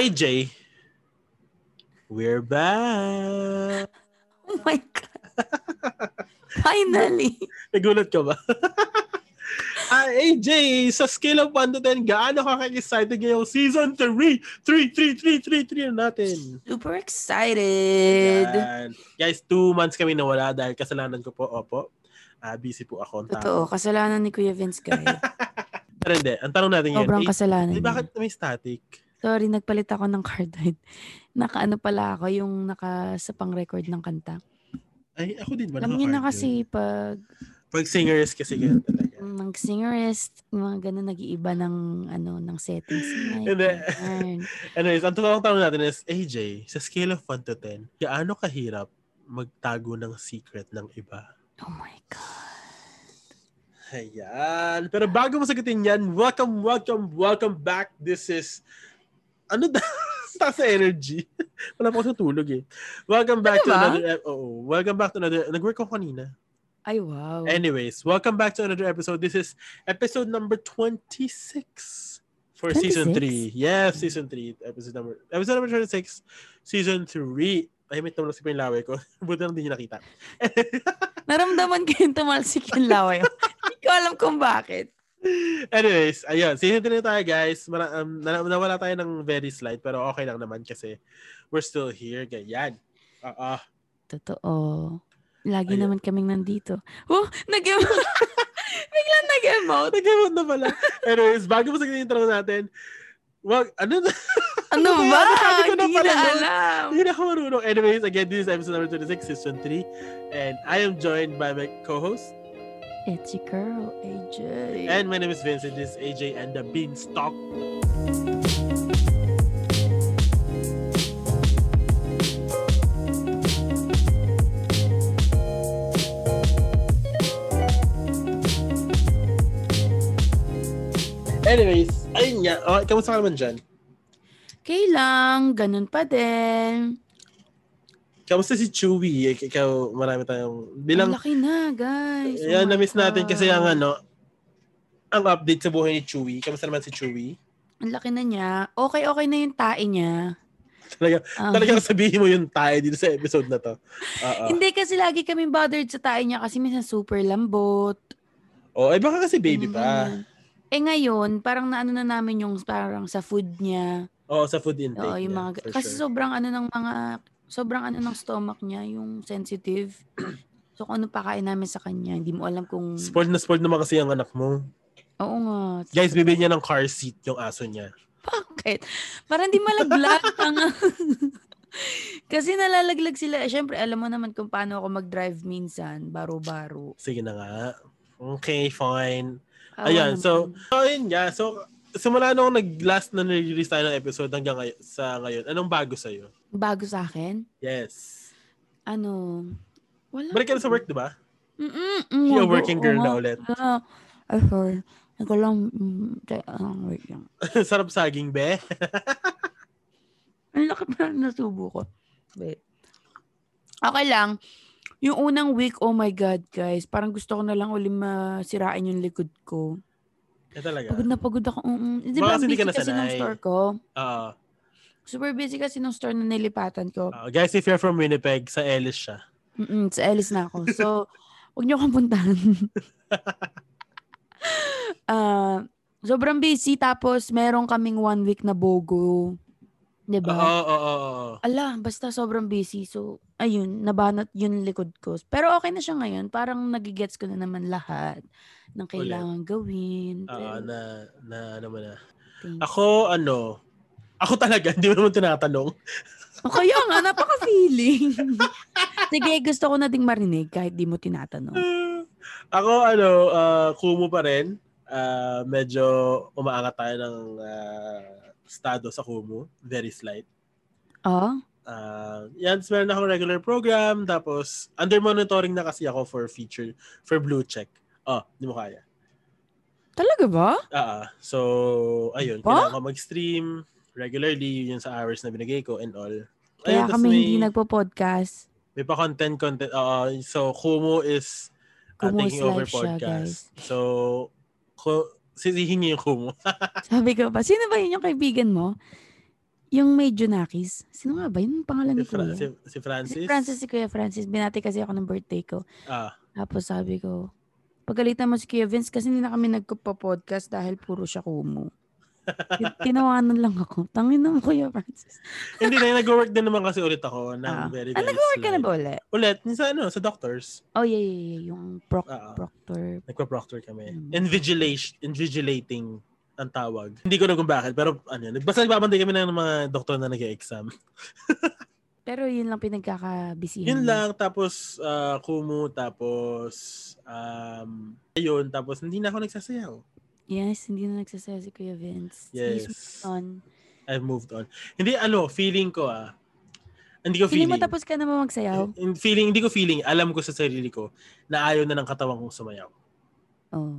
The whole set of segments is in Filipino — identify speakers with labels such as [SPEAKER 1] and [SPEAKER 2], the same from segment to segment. [SPEAKER 1] AJ, we're back.
[SPEAKER 2] Oh my God. Finally.
[SPEAKER 1] Nagulat ka ba? Ah, AJ, sa scale of 1 to 10, gaano ka excited ngayong season 3? 3, 3, 3, 3, 3 natin.
[SPEAKER 2] Super excited.
[SPEAKER 1] Yan. Guys, two months kami nawala dahil kasalanan ko po, opo. Ah, busy po ako. Ang tao.
[SPEAKER 2] Totoo, kasalanan ni Kuya Vince guys.
[SPEAKER 1] Pero hindi, ang tanong natin ngayon,
[SPEAKER 2] Sobrang
[SPEAKER 1] eh, eh,
[SPEAKER 2] kasalanan. niya.
[SPEAKER 1] bakit may static?
[SPEAKER 2] Sorry, nagpalit ako ng card hide. Nakaano pala ako, yung naka sa pang-record ng kanta.
[SPEAKER 1] Ay, ako din ba?
[SPEAKER 2] Alam niyo na
[SPEAKER 1] nakakardio?
[SPEAKER 2] kasi pag
[SPEAKER 1] Pag singers kasi ganyan talaga.
[SPEAKER 2] mga singerist, mga ganun nag-iiba ng ano ng settings. Ay,
[SPEAKER 1] Hindi.
[SPEAKER 2] darn.
[SPEAKER 1] Anyways, ang totoong tanong natin is, AJ, sa scale of 1 to 10, gaano kahirap magtago ng secret ng iba?
[SPEAKER 2] Oh my God.
[SPEAKER 1] Ayan. Pero bago mo sagutin yan, welcome, welcome, welcome back. This is, ano da? Taas sa energy. Wala pa ako sa tulog eh. Welcome back
[SPEAKER 2] Ano
[SPEAKER 1] to
[SPEAKER 2] ba?
[SPEAKER 1] another, ep- oo. welcome back to another, nag-work ako kanina.
[SPEAKER 2] Ay, wow.
[SPEAKER 1] Anyways, welcome back to another episode. This is episode number 26 for season 3.
[SPEAKER 2] 26?
[SPEAKER 1] Yes, season 3. Episode number episode number 26, season 3. Ay, may tumulong si Pinlawe ko. Buti lang hindi niyo nakita.
[SPEAKER 2] Naramdaman ko yung tumalsik yung laway. Hindi ko alam kung bakit.
[SPEAKER 1] Anyways, ayun. Season 3 na tayo, guys. Mara, um, na, nawala tayo ng very slight, pero okay lang naman kasi we're still here. Ganyan. Ah, Oo.
[SPEAKER 2] Totoo. Lagi
[SPEAKER 1] Ayun.
[SPEAKER 2] naman kaming nandito. Oh, nag-emote. Biglang nag-emote.
[SPEAKER 1] Nag-emote na pala. Anyways, bago mo sagutin yung tanong natin, wag, ano na?
[SPEAKER 2] Ano
[SPEAKER 1] Ano ba
[SPEAKER 2] ba?
[SPEAKER 1] yan? Sabi ko na
[SPEAKER 2] Hindi
[SPEAKER 1] pala
[SPEAKER 2] na
[SPEAKER 1] nun.
[SPEAKER 2] alam.
[SPEAKER 1] Hindi na ako marunong. Anyways, again, this is episode number 26, season 3. And I am joined by my co-host.
[SPEAKER 2] It's your girl, AJ.
[SPEAKER 1] And my name is Vincent. This is AJ and the Beanstalk. Anyways, ayun nga. Okay, kamusta ka naman dyan?
[SPEAKER 2] Okay lang, ganun pa din.
[SPEAKER 1] Kamusta si Chewy? Ik- Ikaw, marami tayong... Bilang
[SPEAKER 2] Ang laki na, guys. Oh
[SPEAKER 1] Ayan,
[SPEAKER 2] my
[SPEAKER 1] na-miss natin
[SPEAKER 2] God.
[SPEAKER 1] kasi ang ano, ang update sa buhay ni Chewy. Kamusta naman si Chewy?
[SPEAKER 2] Ang laki na niya. Okay-okay na yung tae niya.
[SPEAKER 1] Talaga-
[SPEAKER 2] Um,
[SPEAKER 1] Talagang sabihin mo yung tayo dito sa episode na to. Ah, Oo.
[SPEAKER 2] Hindi kasi lagi kami bothered sa tae niya kasi minsan super lambot.
[SPEAKER 1] Oh, eh baka kasi baby
[SPEAKER 2] Ganyan,
[SPEAKER 1] pa.
[SPEAKER 2] ganyan. Eh ngayon, parang naano na namin yung parang sa food niya.
[SPEAKER 1] Oo, sa food intake.
[SPEAKER 2] Oo, yung
[SPEAKER 1] niya,
[SPEAKER 2] mga,
[SPEAKER 1] for
[SPEAKER 2] kasi
[SPEAKER 1] sure.
[SPEAKER 2] sobrang ano ng mga, sobrang ano ng stomach niya, yung sensitive. So kung ano pakain namin sa kanya, hindi mo alam kung,
[SPEAKER 1] Spoiled na spoiled naman kasi ang anak mo.
[SPEAKER 2] oo nga.
[SPEAKER 1] Guys, bibili niya ng car seat yung aso niya.
[SPEAKER 2] Bakit? Para hindi malaglag. ang- Kasi nalalaglag sila. Siyempre, alam mo naman kung paano ako mag-drive minsan. Baro-baro.
[SPEAKER 1] Sige na nga. Okay, fine.
[SPEAKER 2] Awa
[SPEAKER 1] Ayan,
[SPEAKER 2] naman.
[SPEAKER 1] so- So, yun nga. So, simula nung nag-last na nag-release tayo ng episode hanggang ngay- sa ngayon, anong bago sa'yo?
[SPEAKER 2] Bago sa akin,
[SPEAKER 1] Yes.
[SPEAKER 2] ano, wala.
[SPEAKER 1] Balik ka na sa work, di ba?
[SPEAKER 2] Mm-mm.
[SPEAKER 1] You're
[SPEAKER 2] Oo,
[SPEAKER 1] a working girl
[SPEAKER 2] oo
[SPEAKER 1] na
[SPEAKER 2] nga.
[SPEAKER 1] ulit.
[SPEAKER 2] Ah, Ay, sorry. Ikaw lang. mm, te- ah, wait lang.
[SPEAKER 1] Sarap saging, be.
[SPEAKER 2] Ang laki pa ng nasubo ko. Wait. Okay lang. Yung unang week, oh my God, guys. Parang gusto ko na lang uli masirain yung likod ko.
[SPEAKER 1] Eh, talaga.
[SPEAKER 2] Pagod na pagod ako. Mm-mm.
[SPEAKER 1] Baka
[SPEAKER 2] Di ba,
[SPEAKER 1] kasi
[SPEAKER 2] busy
[SPEAKER 1] hindi ka
[SPEAKER 2] kasi ng
[SPEAKER 1] nasanay.
[SPEAKER 2] store ko.
[SPEAKER 1] Oo.
[SPEAKER 2] Super busy kasi ng store na nilipatan ko.
[SPEAKER 1] Oo, guys, if you're from Winnipeg, sa Ellis siya.
[SPEAKER 2] Mm-mm, sa Ellis na ako. So, huwag niyo akong puntahan. Ah, sobrang busy. Tapos, meron kaming one week na bogo. Di
[SPEAKER 1] Oo,
[SPEAKER 2] ba?
[SPEAKER 1] oo, oo, oo.
[SPEAKER 2] Ala, basta sobrang busy. So, ayun, nabanat yun likod ko. Pero okay na siya ngayon. Parang nagigets ko na naman lahat ng kailangan gawin.
[SPEAKER 1] Oo,
[SPEAKER 2] Pero,
[SPEAKER 1] Ah, na, na, ano mo na.
[SPEAKER 2] thanks.
[SPEAKER 1] Ako, ano, ako talaga, hindi mo naman tinatanong.
[SPEAKER 2] O kaya nga, napaka-feeling. Sige, gusto ko na ding marinig kahit di mo tinatanong.
[SPEAKER 1] ako, ano, ah, kumu pa rin. Ah, medyo umaangat tayo ng ah, estado sa kumu. Very slight.
[SPEAKER 2] Oh?
[SPEAKER 1] Ah, yan, meron akong regular program. Tapos, under monitoring na kasi ako for feature, for blue check. Oh, hindi mo kaya.
[SPEAKER 2] Talaga ba?
[SPEAKER 1] Ah, ah. so ayun,
[SPEAKER 2] Ba?
[SPEAKER 1] kailangan ko mag-stream regularly yun yung sa hours na binigay ko and all.
[SPEAKER 2] Kaya
[SPEAKER 1] tas
[SPEAKER 2] kami
[SPEAKER 1] may,
[SPEAKER 2] hindi nagpo-podcast.
[SPEAKER 1] may pa content content. ah, so Kumu is ah,
[SPEAKER 2] Kumu is
[SPEAKER 1] taking over
[SPEAKER 2] live siya,
[SPEAKER 1] podcast. so ko sisihin niyo yung Kumu.
[SPEAKER 2] Sabi ko pa, sino ba yun yung kaibigan mo? Yung may Junakis. Sino nga Ano ba? Yun ang pangalan
[SPEAKER 1] Si,
[SPEAKER 2] ni
[SPEAKER 1] Fra-
[SPEAKER 2] Kuya.
[SPEAKER 1] si, si Francis.
[SPEAKER 2] Si Francis, si Kuya Francis. Binati kasi ako ng birthday ko.
[SPEAKER 1] Ah,
[SPEAKER 2] Tapos sabi ko, pagalitan mo si Kuya Vince kasi hindi na kami nagpa-podcast dahil puro siya kumu. Tin- Tinawanan lang ako. Tangin naman Kuya Francis.
[SPEAKER 1] hindi na, nag-work din naman kasi ulit ako. ng
[SPEAKER 2] Ah.
[SPEAKER 1] very,
[SPEAKER 2] Ah,
[SPEAKER 1] very
[SPEAKER 2] nag-work ka na
[SPEAKER 1] slight.
[SPEAKER 2] ba ulit?
[SPEAKER 1] Ulit, sa ano, sa doctors.
[SPEAKER 2] Oh, yeah, yeah, yeah. Yung proc-
[SPEAKER 1] Ah, ah.
[SPEAKER 2] proctor.
[SPEAKER 1] Nagpa-proctor kami.
[SPEAKER 2] Mm.
[SPEAKER 1] Invigilation, invigilating ang tawag. Hindi ko na kung bakit, pero ano, yun, basta nagbabantay kami ng mga doktor na nag-exam.
[SPEAKER 2] Hmm. Pero yun lang pinagkakabisihan.
[SPEAKER 1] Yun
[SPEAKER 2] mo.
[SPEAKER 1] lang, tapos ah, kumu, tapos um, ayun, tapos hindi na ako nagsasayaw.
[SPEAKER 2] Yes, hindi na nagsasayaw si Kuya Vince. He's
[SPEAKER 1] Yes.
[SPEAKER 2] on.
[SPEAKER 1] I've moved on. Hindi, ano, feeling ko ah. Hindi ko
[SPEAKER 2] Feeling
[SPEAKER 1] feeling.
[SPEAKER 2] mo tapos ka na ba magsayaw?
[SPEAKER 1] In- feeling, hindi ko feeling. Alam ko sa sarili ko na ayaw na ng katawan kong sumayaw.
[SPEAKER 2] Oh,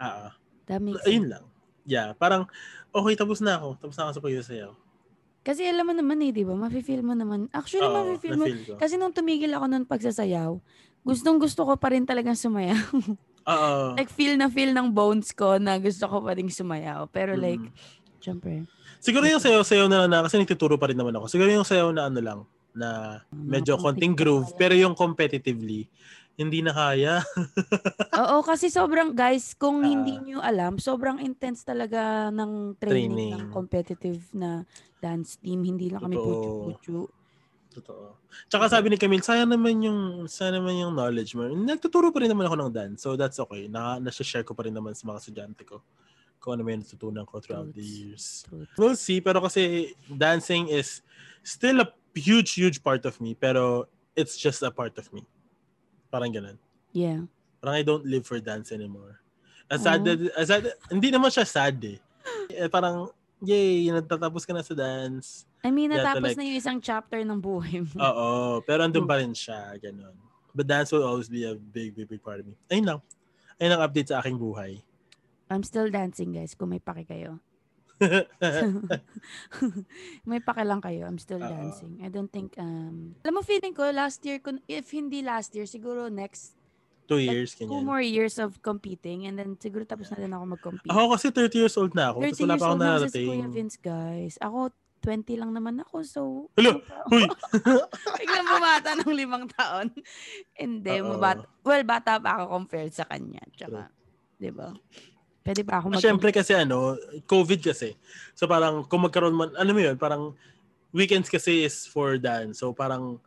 [SPEAKER 1] Ah, ah.
[SPEAKER 2] that makes sense.
[SPEAKER 1] Eh. ayun lang. Yeah, parang okay, tapos na ako. Tapos na ako sa pagsasayaw.
[SPEAKER 2] Kasi alam mo naman eh, di ba? Mafe-feel mo naman. Actually,
[SPEAKER 1] Oo,
[SPEAKER 2] mafe-feel mo.
[SPEAKER 1] na-feel ko.
[SPEAKER 2] Kasi nung tumigil ako nun pagsasayaw, gustong gusto ko pa rin talagang sumayaw.
[SPEAKER 1] Oo.
[SPEAKER 2] like, feel na feel ng bones ko na gusto ko pa rin sumayaw. Pero like,
[SPEAKER 1] Mm.
[SPEAKER 2] syempre.
[SPEAKER 1] Siguro yung sayaw-sayaw na lang na, kasi nagtuturo pa rin naman ako. Siguro yung sayaw na ano lang, na
[SPEAKER 2] mga
[SPEAKER 1] medyo konting
[SPEAKER 2] konting
[SPEAKER 1] groove, pero yung competitively, hindi na kaya.
[SPEAKER 2] Oo, kasi sobrang, guys, kung
[SPEAKER 1] Ah.
[SPEAKER 2] hindi nyo alam, sobrang intense talaga ng training,
[SPEAKER 1] Training.
[SPEAKER 2] ng competitive na dance team. Hindi lang kami
[SPEAKER 1] Totoo.
[SPEAKER 2] puchu-puchu.
[SPEAKER 1] Totoo. Tsaka sabi ni Camille, sayang naman yung, sayang naman yung knowledge mo. Nagtuturo pa rin naman ako ng dance, so that's okay. Na, share ko pa rin naman sa mga estudyante ko kung ano may natutunan ko throughout the
[SPEAKER 2] Truths.
[SPEAKER 1] years.
[SPEAKER 2] Truth.
[SPEAKER 1] We'll see, pero kasi dancing is still a huge, huge part of me, pero it's just a part of me. Parang ganun.
[SPEAKER 2] Yeah.
[SPEAKER 1] Parang I don't live for dance anymore. As
[SPEAKER 2] Oh.
[SPEAKER 1] sad, as sad, hindi naman siya sad eh. Eh, Parang, yay, natatapos ka na sa dance.
[SPEAKER 2] I mean,
[SPEAKER 1] Yeah,
[SPEAKER 2] natapos
[SPEAKER 1] like-
[SPEAKER 2] na yung isang chapter ng buhay mo.
[SPEAKER 1] Oo, pero andun pa rin siya, ganun. But dance will always be a big, big, big part of me. Ayun lang. Ayun ang update sa aking buhay.
[SPEAKER 2] I'm still dancing, guys, kung may pake kayo. May pake lang kayo. I'm still
[SPEAKER 1] Oo.
[SPEAKER 2] dancing. I don't think, um... Alam mo, feeling ko, last year, kun- if hindi last year, siguro next
[SPEAKER 1] Two years,
[SPEAKER 2] two
[SPEAKER 1] ganyan.
[SPEAKER 2] more years of competing and then siguro tapos na din ako mag-compete.
[SPEAKER 1] Ako kasi 30 years old na ako.
[SPEAKER 2] 30
[SPEAKER 1] Tapos wala
[SPEAKER 2] years
[SPEAKER 1] pa akong
[SPEAKER 2] old na ako sa si
[SPEAKER 1] narating.
[SPEAKER 2] Kuya Vince, guys. Ako, 20 lang naman ako, so...
[SPEAKER 1] Hello! Uy!
[SPEAKER 2] Biglang bumata ng limang taon. Hindi,
[SPEAKER 1] Oo.
[SPEAKER 2] mabata. Well, bata pa ako compared sa kanya. Tsaka, di ba? Pwede pa ako mag-
[SPEAKER 1] Siyempre kasi ano, COVID kasi. So parang kung magkaroon man, ano mo yun, parang weekends kasi is for dance. So parang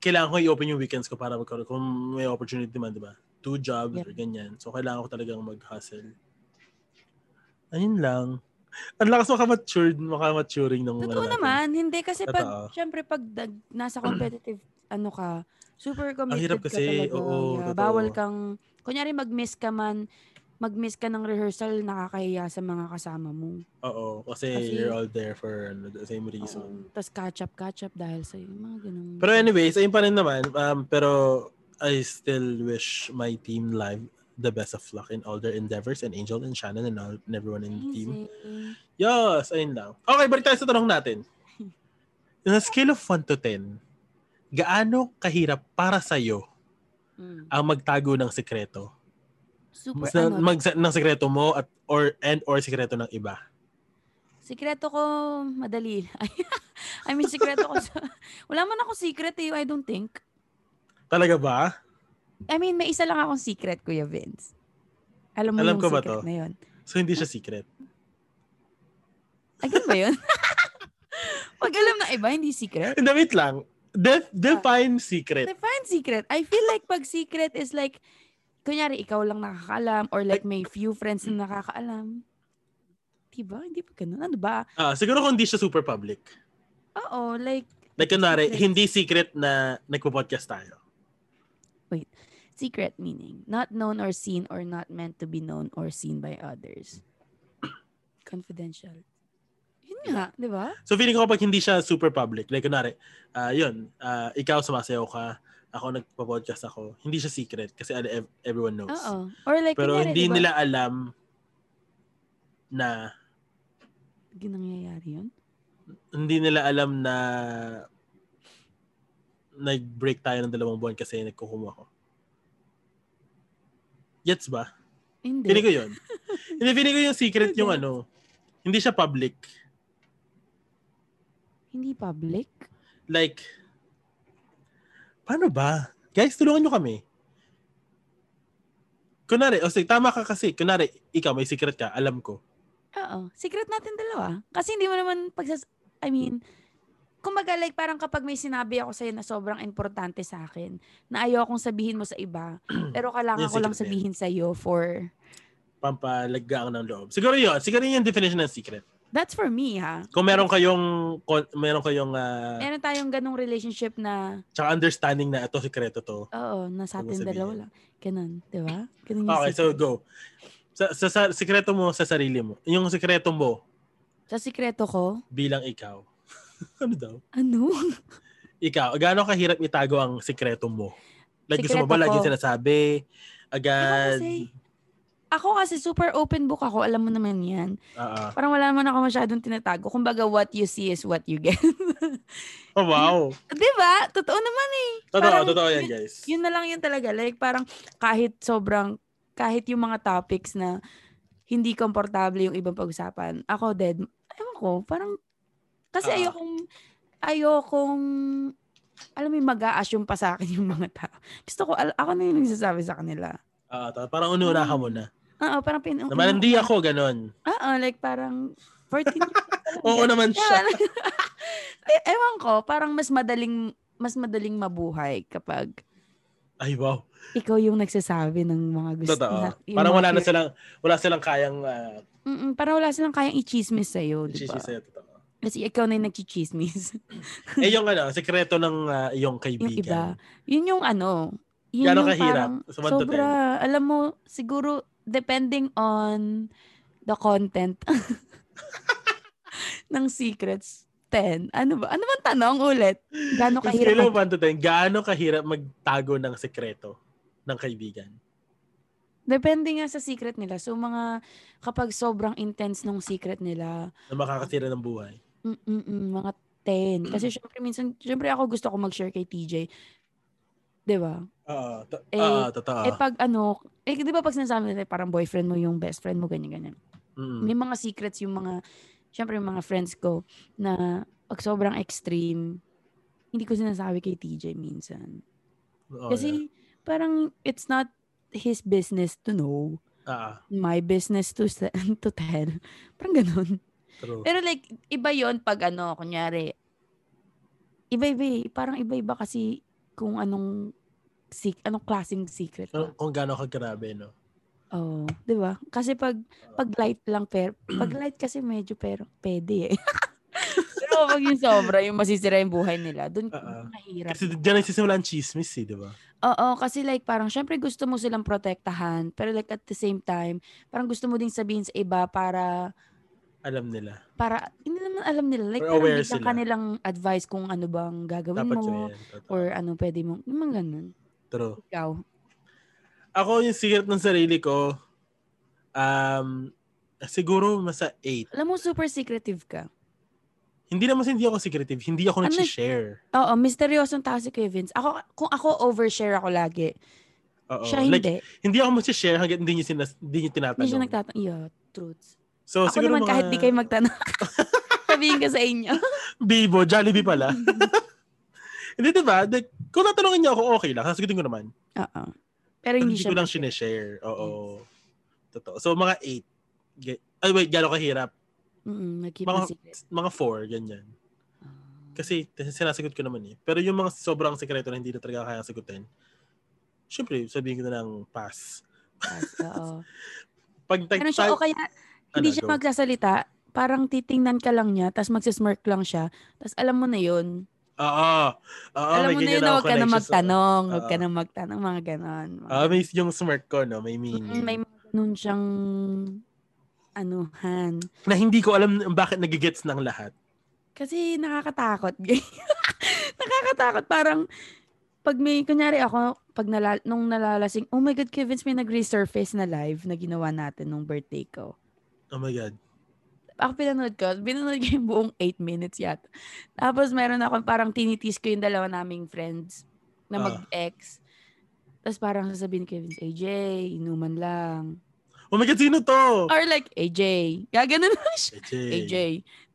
[SPEAKER 1] kailangan ko i-open yung weekends ko para magkaroon. Kung may opportunity man, di ba? Two jobs
[SPEAKER 2] Yeah.
[SPEAKER 1] or ganyan. So kailangan ko talagang mag-hustle. Ayun lang. Ang lakas makamatured, makamaturing ng
[SPEAKER 2] Totoo
[SPEAKER 1] natin.
[SPEAKER 2] naman. Hindi kasi pag,
[SPEAKER 1] Totoo.
[SPEAKER 2] syempre pag dag- nasa competitive, ano ka, super committed
[SPEAKER 1] hirap
[SPEAKER 2] ka
[SPEAKER 1] kasi,
[SPEAKER 2] talaga.
[SPEAKER 1] oo,
[SPEAKER 2] yeah.
[SPEAKER 1] totoo.
[SPEAKER 2] Bawal kang, kunyari mag-miss ka man, mag-miss ka ng rehearsal, nakakahiya sa mga kasama mo.
[SPEAKER 1] Oo, kasi,
[SPEAKER 2] Kasi-
[SPEAKER 1] you're all there for ano, the same reason.
[SPEAKER 2] Tapos catch up, catch up Um, dahil sa'yo. Yung Mga ganun.
[SPEAKER 1] Pero anyways, ayun pa rin naman. Um, pero I still wish my team live the best of luck in all their endeavors and Angel and Shannon and, all, and everyone in the team.
[SPEAKER 2] eh. Amazing.
[SPEAKER 1] Yes, ayun lang. Okay, balik tayo sa tanong natin. In a scale of 1 to 10, gaano kahirap para sa'yo
[SPEAKER 2] Mm.
[SPEAKER 1] ang magtago ng sekreto?
[SPEAKER 2] Super,
[SPEAKER 1] Mas na,
[SPEAKER 2] ano,
[SPEAKER 1] mag, ng sekreto mo at or and or sekreto ng iba.
[SPEAKER 2] Sikreto ko, madali. I mean, sikreto ko sa... Wala man ako secret eh, I don't think.
[SPEAKER 1] Talaga ba?
[SPEAKER 2] I mean, may isa lang akong secret, Kuya Vince. Alam mo
[SPEAKER 1] Alam
[SPEAKER 2] yung
[SPEAKER 1] ko ba
[SPEAKER 2] secret
[SPEAKER 1] to?
[SPEAKER 2] na yun.
[SPEAKER 1] So hindi siya secret.
[SPEAKER 2] Ay, ganun ba yun? Pag alam na iba, hindi secret.
[SPEAKER 1] Hindi, wait lang. De- define secret.
[SPEAKER 2] Define secret. I feel like pag secret is like, kunyari, ikaw lang nakakaalam or like may few friends na nakakaalam. Diba? Hindi pa ganun. Ano ba?
[SPEAKER 1] Ah, siguro kung hindi siya super public.
[SPEAKER 2] Oo, like...
[SPEAKER 1] Like, kunwari,
[SPEAKER 2] secret-
[SPEAKER 1] hindi secret na nagpo-podcast tayo.
[SPEAKER 2] Secret meaning, not known or seen or not meant to be known or seen by others. Confidential. Yun nga, diba? di ba?
[SPEAKER 1] So, feeling ko kapag hindi siya super public, like, kunwari, ah, yun, ah, ikaw sumasayaw ka, ako nagpo-podcast ako, hindi siya secret kasi ano, ev- everyone knows.
[SPEAKER 2] Oo. Or like,
[SPEAKER 1] Pero
[SPEAKER 2] kunyari, diba,
[SPEAKER 1] hindi
[SPEAKER 2] di ba,
[SPEAKER 1] nila alam na,
[SPEAKER 2] ginangyayari yun.
[SPEAKER 1] hindi nila alam na nag-break tayo ng dalawang buwan kasi nagkukumo ako. Gets ba?
[SPEAKER 2] Hindi.
[SPEAKER 1] Feeling ko yun. Hindi, feeling ko yung secret yung
[SPEAKER 2] Hindi.
[SPEAKER 1] ano. Hindi siya public.
[SPEAKER 2] Hindi public?
[SPEAKER 1] Like, paano ba? Guys, tulungan nyo kami. Kunwari, o sige, tama ka kasi. Kunwari, ikaw may secret ka, alam ko.
[SPEAKER 2] Oo. Secret natin dalawa. Kasi hindi mo naman pagsas... I mean, kumbaga like parang kapag may sinabi ako sa'yo na sobrang importante sa akin, na ayaw akong sabihin mo sa iba, pero kailangan
[SPEAKER 1] Yung
[SPEAKER 2] ko lang
[SPEAKER 1] secret na
[SPEAKER 2] sabihin sa'yo for...
[SPEAKER 1] Pampalaggaan ng loob. Siguro yun. Siguro yun yung definition ng secret.
[SPEAKER 2] That's for me, ha?
[SPEAKER 1] Kung meron kayong, kon- meron kayong, ah,
[SPEAKER 2] Meron tayong ganong relationship na,
[SPEAKER 1] tsaka understanding na ito, sekreto to.
[SPEAKER 2] oo, na sa
[SPEAKER 1] Huwag mo
[SPEAKER 2] atin
[SPEAKER 1] sabihin.
[SPEAKER 2] dalawa lang. Ganun, di ba? Ganun yung
[SPEAKER 1] Okay, so
[SPEAKER 2] secret.
[SPEAKER 1] go. Sa, sa, sa sikreto mo sa sarili mo. Yung sikreto mo
[SPEAKER 2] Sa sikreto ko,
[SPEAKER 1] bilang ikaw. ano daw?
[SPEAKER 2] ano?
[SPEAKER 1] Ikaw, gaano kahirap itago ang sikreto mo? Like gusto mo ba
[SPEAKER 2] Sikreto
[SPEAKER 1] lagi
[SPEAKER 2] ko.
[SPEAKER 1] sinasabi?
[SPEAKER 2] Ako
[SPEAKER 1] Agad?
[SPEAKER 2] kasi, ako kasi super open book ako, alam mo naman yan.
[SPEAKER 1] Oo.
[SPEAKER 2] Parang wala naman ako masyadong tinatago. Kumbaga, what you see is what you get.
[SPEAKER 1] Oh, wow.
[SPEAKER 2] di ba? Totoo naman eh.
[SPEAKER 1] Totoo,
[SPEAKER 2] Parang
[SPEAKER 1] totoo yan, guys.
[SPEAKER 2] Yun na lang yun talaga. Like parang kahit sobrang, kahit yung mga topics na hindi komportable yung ibang pag-usapan, ako dead. Ewan ko, parang, kasi
[SPEAKER 1] Ah.
[SPEAKER 2] ayokong, ayokong, alam mo yung mag-a-assume pa sa akin yung mga tao. Gusto ko, al- ako na yung nagsasabi sa kanila.
[SPEAKER 1] Oo, to- parang unura ka muna.
[SPEAKER 2] Oo, parang pin...
[SPEAKER 1] Naman hindi ako, ganun.
[SPEAKER 2] Oo, like parang 14 years old pa lang,
[SPEAKER 1] Oo
[SPEAKER 2] ganun.
[SPEAKER 1] naman siya.
[SPEAKER 2] E- Ewan ko, parang mas madaling mas madaling mabuhay kapag
[SPEAKER 1] Ay, wow.
[SPEAKER 2] ikaw yung nagsasabi ng mga gusto.
[SPEAKER 1] Totoo.
[SPEAKER 2] na- yung
[SPEAKER 1] Parang
[SPEAKER 2] mga
[SPEAKER 1] wala na
[SPEAKER 2] fear-
[SPEAKER 1] silang, wala silang kayang uh,
[SPEAKER 2] Mm-mm, parang wala silang kayang i-chismis sa'yo, di
[SPEAKER 1] diba?
[SPEAKER 2] ba?
[SPEAKER 1] sa'yo. Totoo.
[SPEAKER 2] Kasi ikaw na yung nagchichismis.
[SPEAKER 1] Eh, yung ano, sikreto ng ah, iyong
[SPEAKER 2] yung iba.
[SPEAKER 1] kaibigan.
[SPEAKER 2] Yun yung ano. Yun
[SPEAKER 1] Gaano
[SPEAKER 2] yung
[SPEAKER 1] kahirap?
[SPEAKER 2] parang
[SPEAKER 1] Sa one to
[SPEAKER 2] Sobra. Alam mo, siguro, depending on the content ng secrets, 10. Ano ba? Ano bang tanong ulit? Gaano
[SPEAKER 1] Yung scale
[SPEAKER 2] kahirap?
[SPEAKER 1] of 1 to 10, gaano kahirap magtago ng sekreto ng kaibigan?
[SPEAKER 2] Depende nga sa secret nila. So, mga kapag sobrang intense nung secret nila,
[SPEAKER 1] Na makakasira ng buhay.
[SPEAKER 2] mm-mm, mga 10. Kasi syempre, minsan, syempre ako gusto ko mag-share kay TJ. 'Di ba?
[SPEAKER 1] Oo, to-
[SPEAKER 2] Eh,
[SPEAKER 1] oo, totoo.
[SPEAKER 2] Eh, pag ano, eh, di ba pag sinasabi nila, parang boyfriend mo yung best friend mo, ganyan-ganyan.
[SPEAKER 1] Mm.
[SPEAKER 2] May mga secrets yung mga, syempre yung mga friends ko na pag sobrang extreme, hindi ko sinasabi kay TJ minsan.
[SPEAKER 1] Oo,
[SPEAKER 2] Kasi parang it's not his business to know.
[SPEAKER 1] yeah. Ah,
[SPEAKER 2] my business to se- to tell. Parang ganun.
[SPEAKER 1] true.
[SPEAKER 2] Pero like, iba yon pag ano, kunyari, iba-iba eh. Parang iba-iba kasi kung anong sec- anong klaseng secret
[SPEAKER 1] Kung,
[SPEAKER 2] ba.
[SPEAKER 1] kung gaano ka grabe, no?
[SPEAKER 2] Oo, 'di ba? Kasi pag pag light lang pero pag light kasi medyo pero pwede eh. pero pag yung sobra, yung masisira yung buhay nila, doon
[SPEAKER 1] Oo.
[SPEAKER 2] mahirap.
[SPEAKER 1] Kasi dyan nagsisimula ang chismis, eh, di ba?
[SPEAKER 2] Oo, kasi like parang syempre gusto mo silang protektahan, pero like at the same time, parang gusto mo ding sabihin sa iba para
[SPEAKER 1] Alam nila.
[SPEAKER 2] para hindi naman alam nila like
[SPEAKER 1] Or
[SPEAKER 2] parang
[SPEAKER 1] aware
[SPEAKER 2] bigyan
[SPEAKER 1] sila.
[SPEAKER 2] ka nilang advice kung ano bang gagawin
[SPEAKER 1] Dapat
[SPEAKER 2] mo
[SPEAKER 1] yun. Totoo.
[SPEAKER 2] or ano pwede mo yung mga ganun
[SPEAKER 1] True.
[SPEAKER 2] ikaw
[SPEAKER 1] Ako, yung secret ng sarili ko, um, siguro masa 8.
[SPEAKER 2] alam mo super secretive ka
[SPEAKER 1] Hindi naman sa hindi ako secretive. Hindi ako
[SPEAKER 2] Ano-
[SPEAKER 1] nag-share.
[SPEAKER 2] oo misteryosong tao si Kuya Vince ako kung ako overshare ako lagi
[SPEAKER 1] Oo.
[SPEAKER 2] siya
[SPEAKER 1] Like,
[SPEAKER 2] hindi
[SPEAKER 1] hindi ako mag-share hanggang hindi niyo, sinas- hindi niyo tinatanong.
[SPEAKER 2] hindi siya nagtatanong yeah truths
[SPEAKER 1] So,
[SPEAKER 2] ako
[SPEAKER 1] Oh, siguro
[SPEAKER 2] naman
[SPEAKER 1] mga...
[SPEAKER 2] kahit di kayo magtanong sabihin ko sa inyo
[SPEAKER 1] Bibo, Jollibee pala. Hindi, di ba? Like, kung tatanungin niyo ako, okay lang. Sasagutin ko naman.
[SPEAKER 2] oo pero
[SPEAKER 1] Pero
[SPEAKER 2] hindi,
[SPEAKER 1] hindi
[SPEAKER 2] siya
[SPEAKER 1] ko lang sineshare. Oo. Totoo. So, mga 8. Ge- Ay, wait, gano'ng kahirap?
[SPEAKER 2] mm nag-keep
[SPEAKER 1] Mga,
[SPEAKER 2] ng secret
[SPEAKER 1] mga 4, ganyan.
[SPEAKER 2] Ah.
[SPEAKER 1] Kasi t- sinasagot ko naman eh. Pero yung mga sobrang sekreto na hindi na talaga kaya sagutin, syempre, sabihin ko na lang pass.
[SPEAKER 2] oo
[SPEAKER 1] Pag tag-
[SPEAKER 2] ano siya o kaya hindi siya
[SPEAKER 1] go.
[SPEAKER 2] magsasalita parang titingnan ka lang niya tapos magsismirk lang siya tapos alam mo na yun
[SPEAKER 1] Oo. Oo, Ah,
[SPEAKER 2] Alam
[SPEAKER 1] may
[SPEAKER 2] mo na
[SPEAKER 1] ganyan
[SPEAKER 2] yun na
[SPEAKER 1] ako
[SPEAKER 2] huwag ka na
[SPEAKER 1] connections.
[SPEAKER 2] magtanong. Huwag ka
[SPEAKER 1] Oo.
[SPEAKER 2] na magtanong. Mga ganon. Mga
[SPEAKER 1] Ah, may yung smirk ko, no? May meaning.
[SPEAKER 2] Mm, May mga ganun siyang ano, anuhan.
[SPEAKER 1] Na hindi ko alam bakit nagigets ng lahat.
[SPEAKER 2] Kasi nakakatakot. nakakatakot. Parang pag may, kunyari ako, pag nala, nung nalalasing, oh my God, Kevin's may nag-resurface na live na ginawa natin nung birthday ko.
[SPEAKER 1] Oh my God.
[SPEAKER 2] Ako pinanood ko, pinanood ko yung buong 8 minutes yata. Tapos meron ako, parang tinitis ko yung dalawa naming friends na
[SPEAKER 1] Ah.
[SPEAKER 2] mag-ex. Tapos parang sasabihin ni Kevin's, AJ, inuman lang.
[SPEAKER 1] oh my God, sino to?
[SPEAKER 2] Or like, AJ. Gaganon lang siya.
[SPEAKER 1] AJ.
[SPEAKER 2] AJ.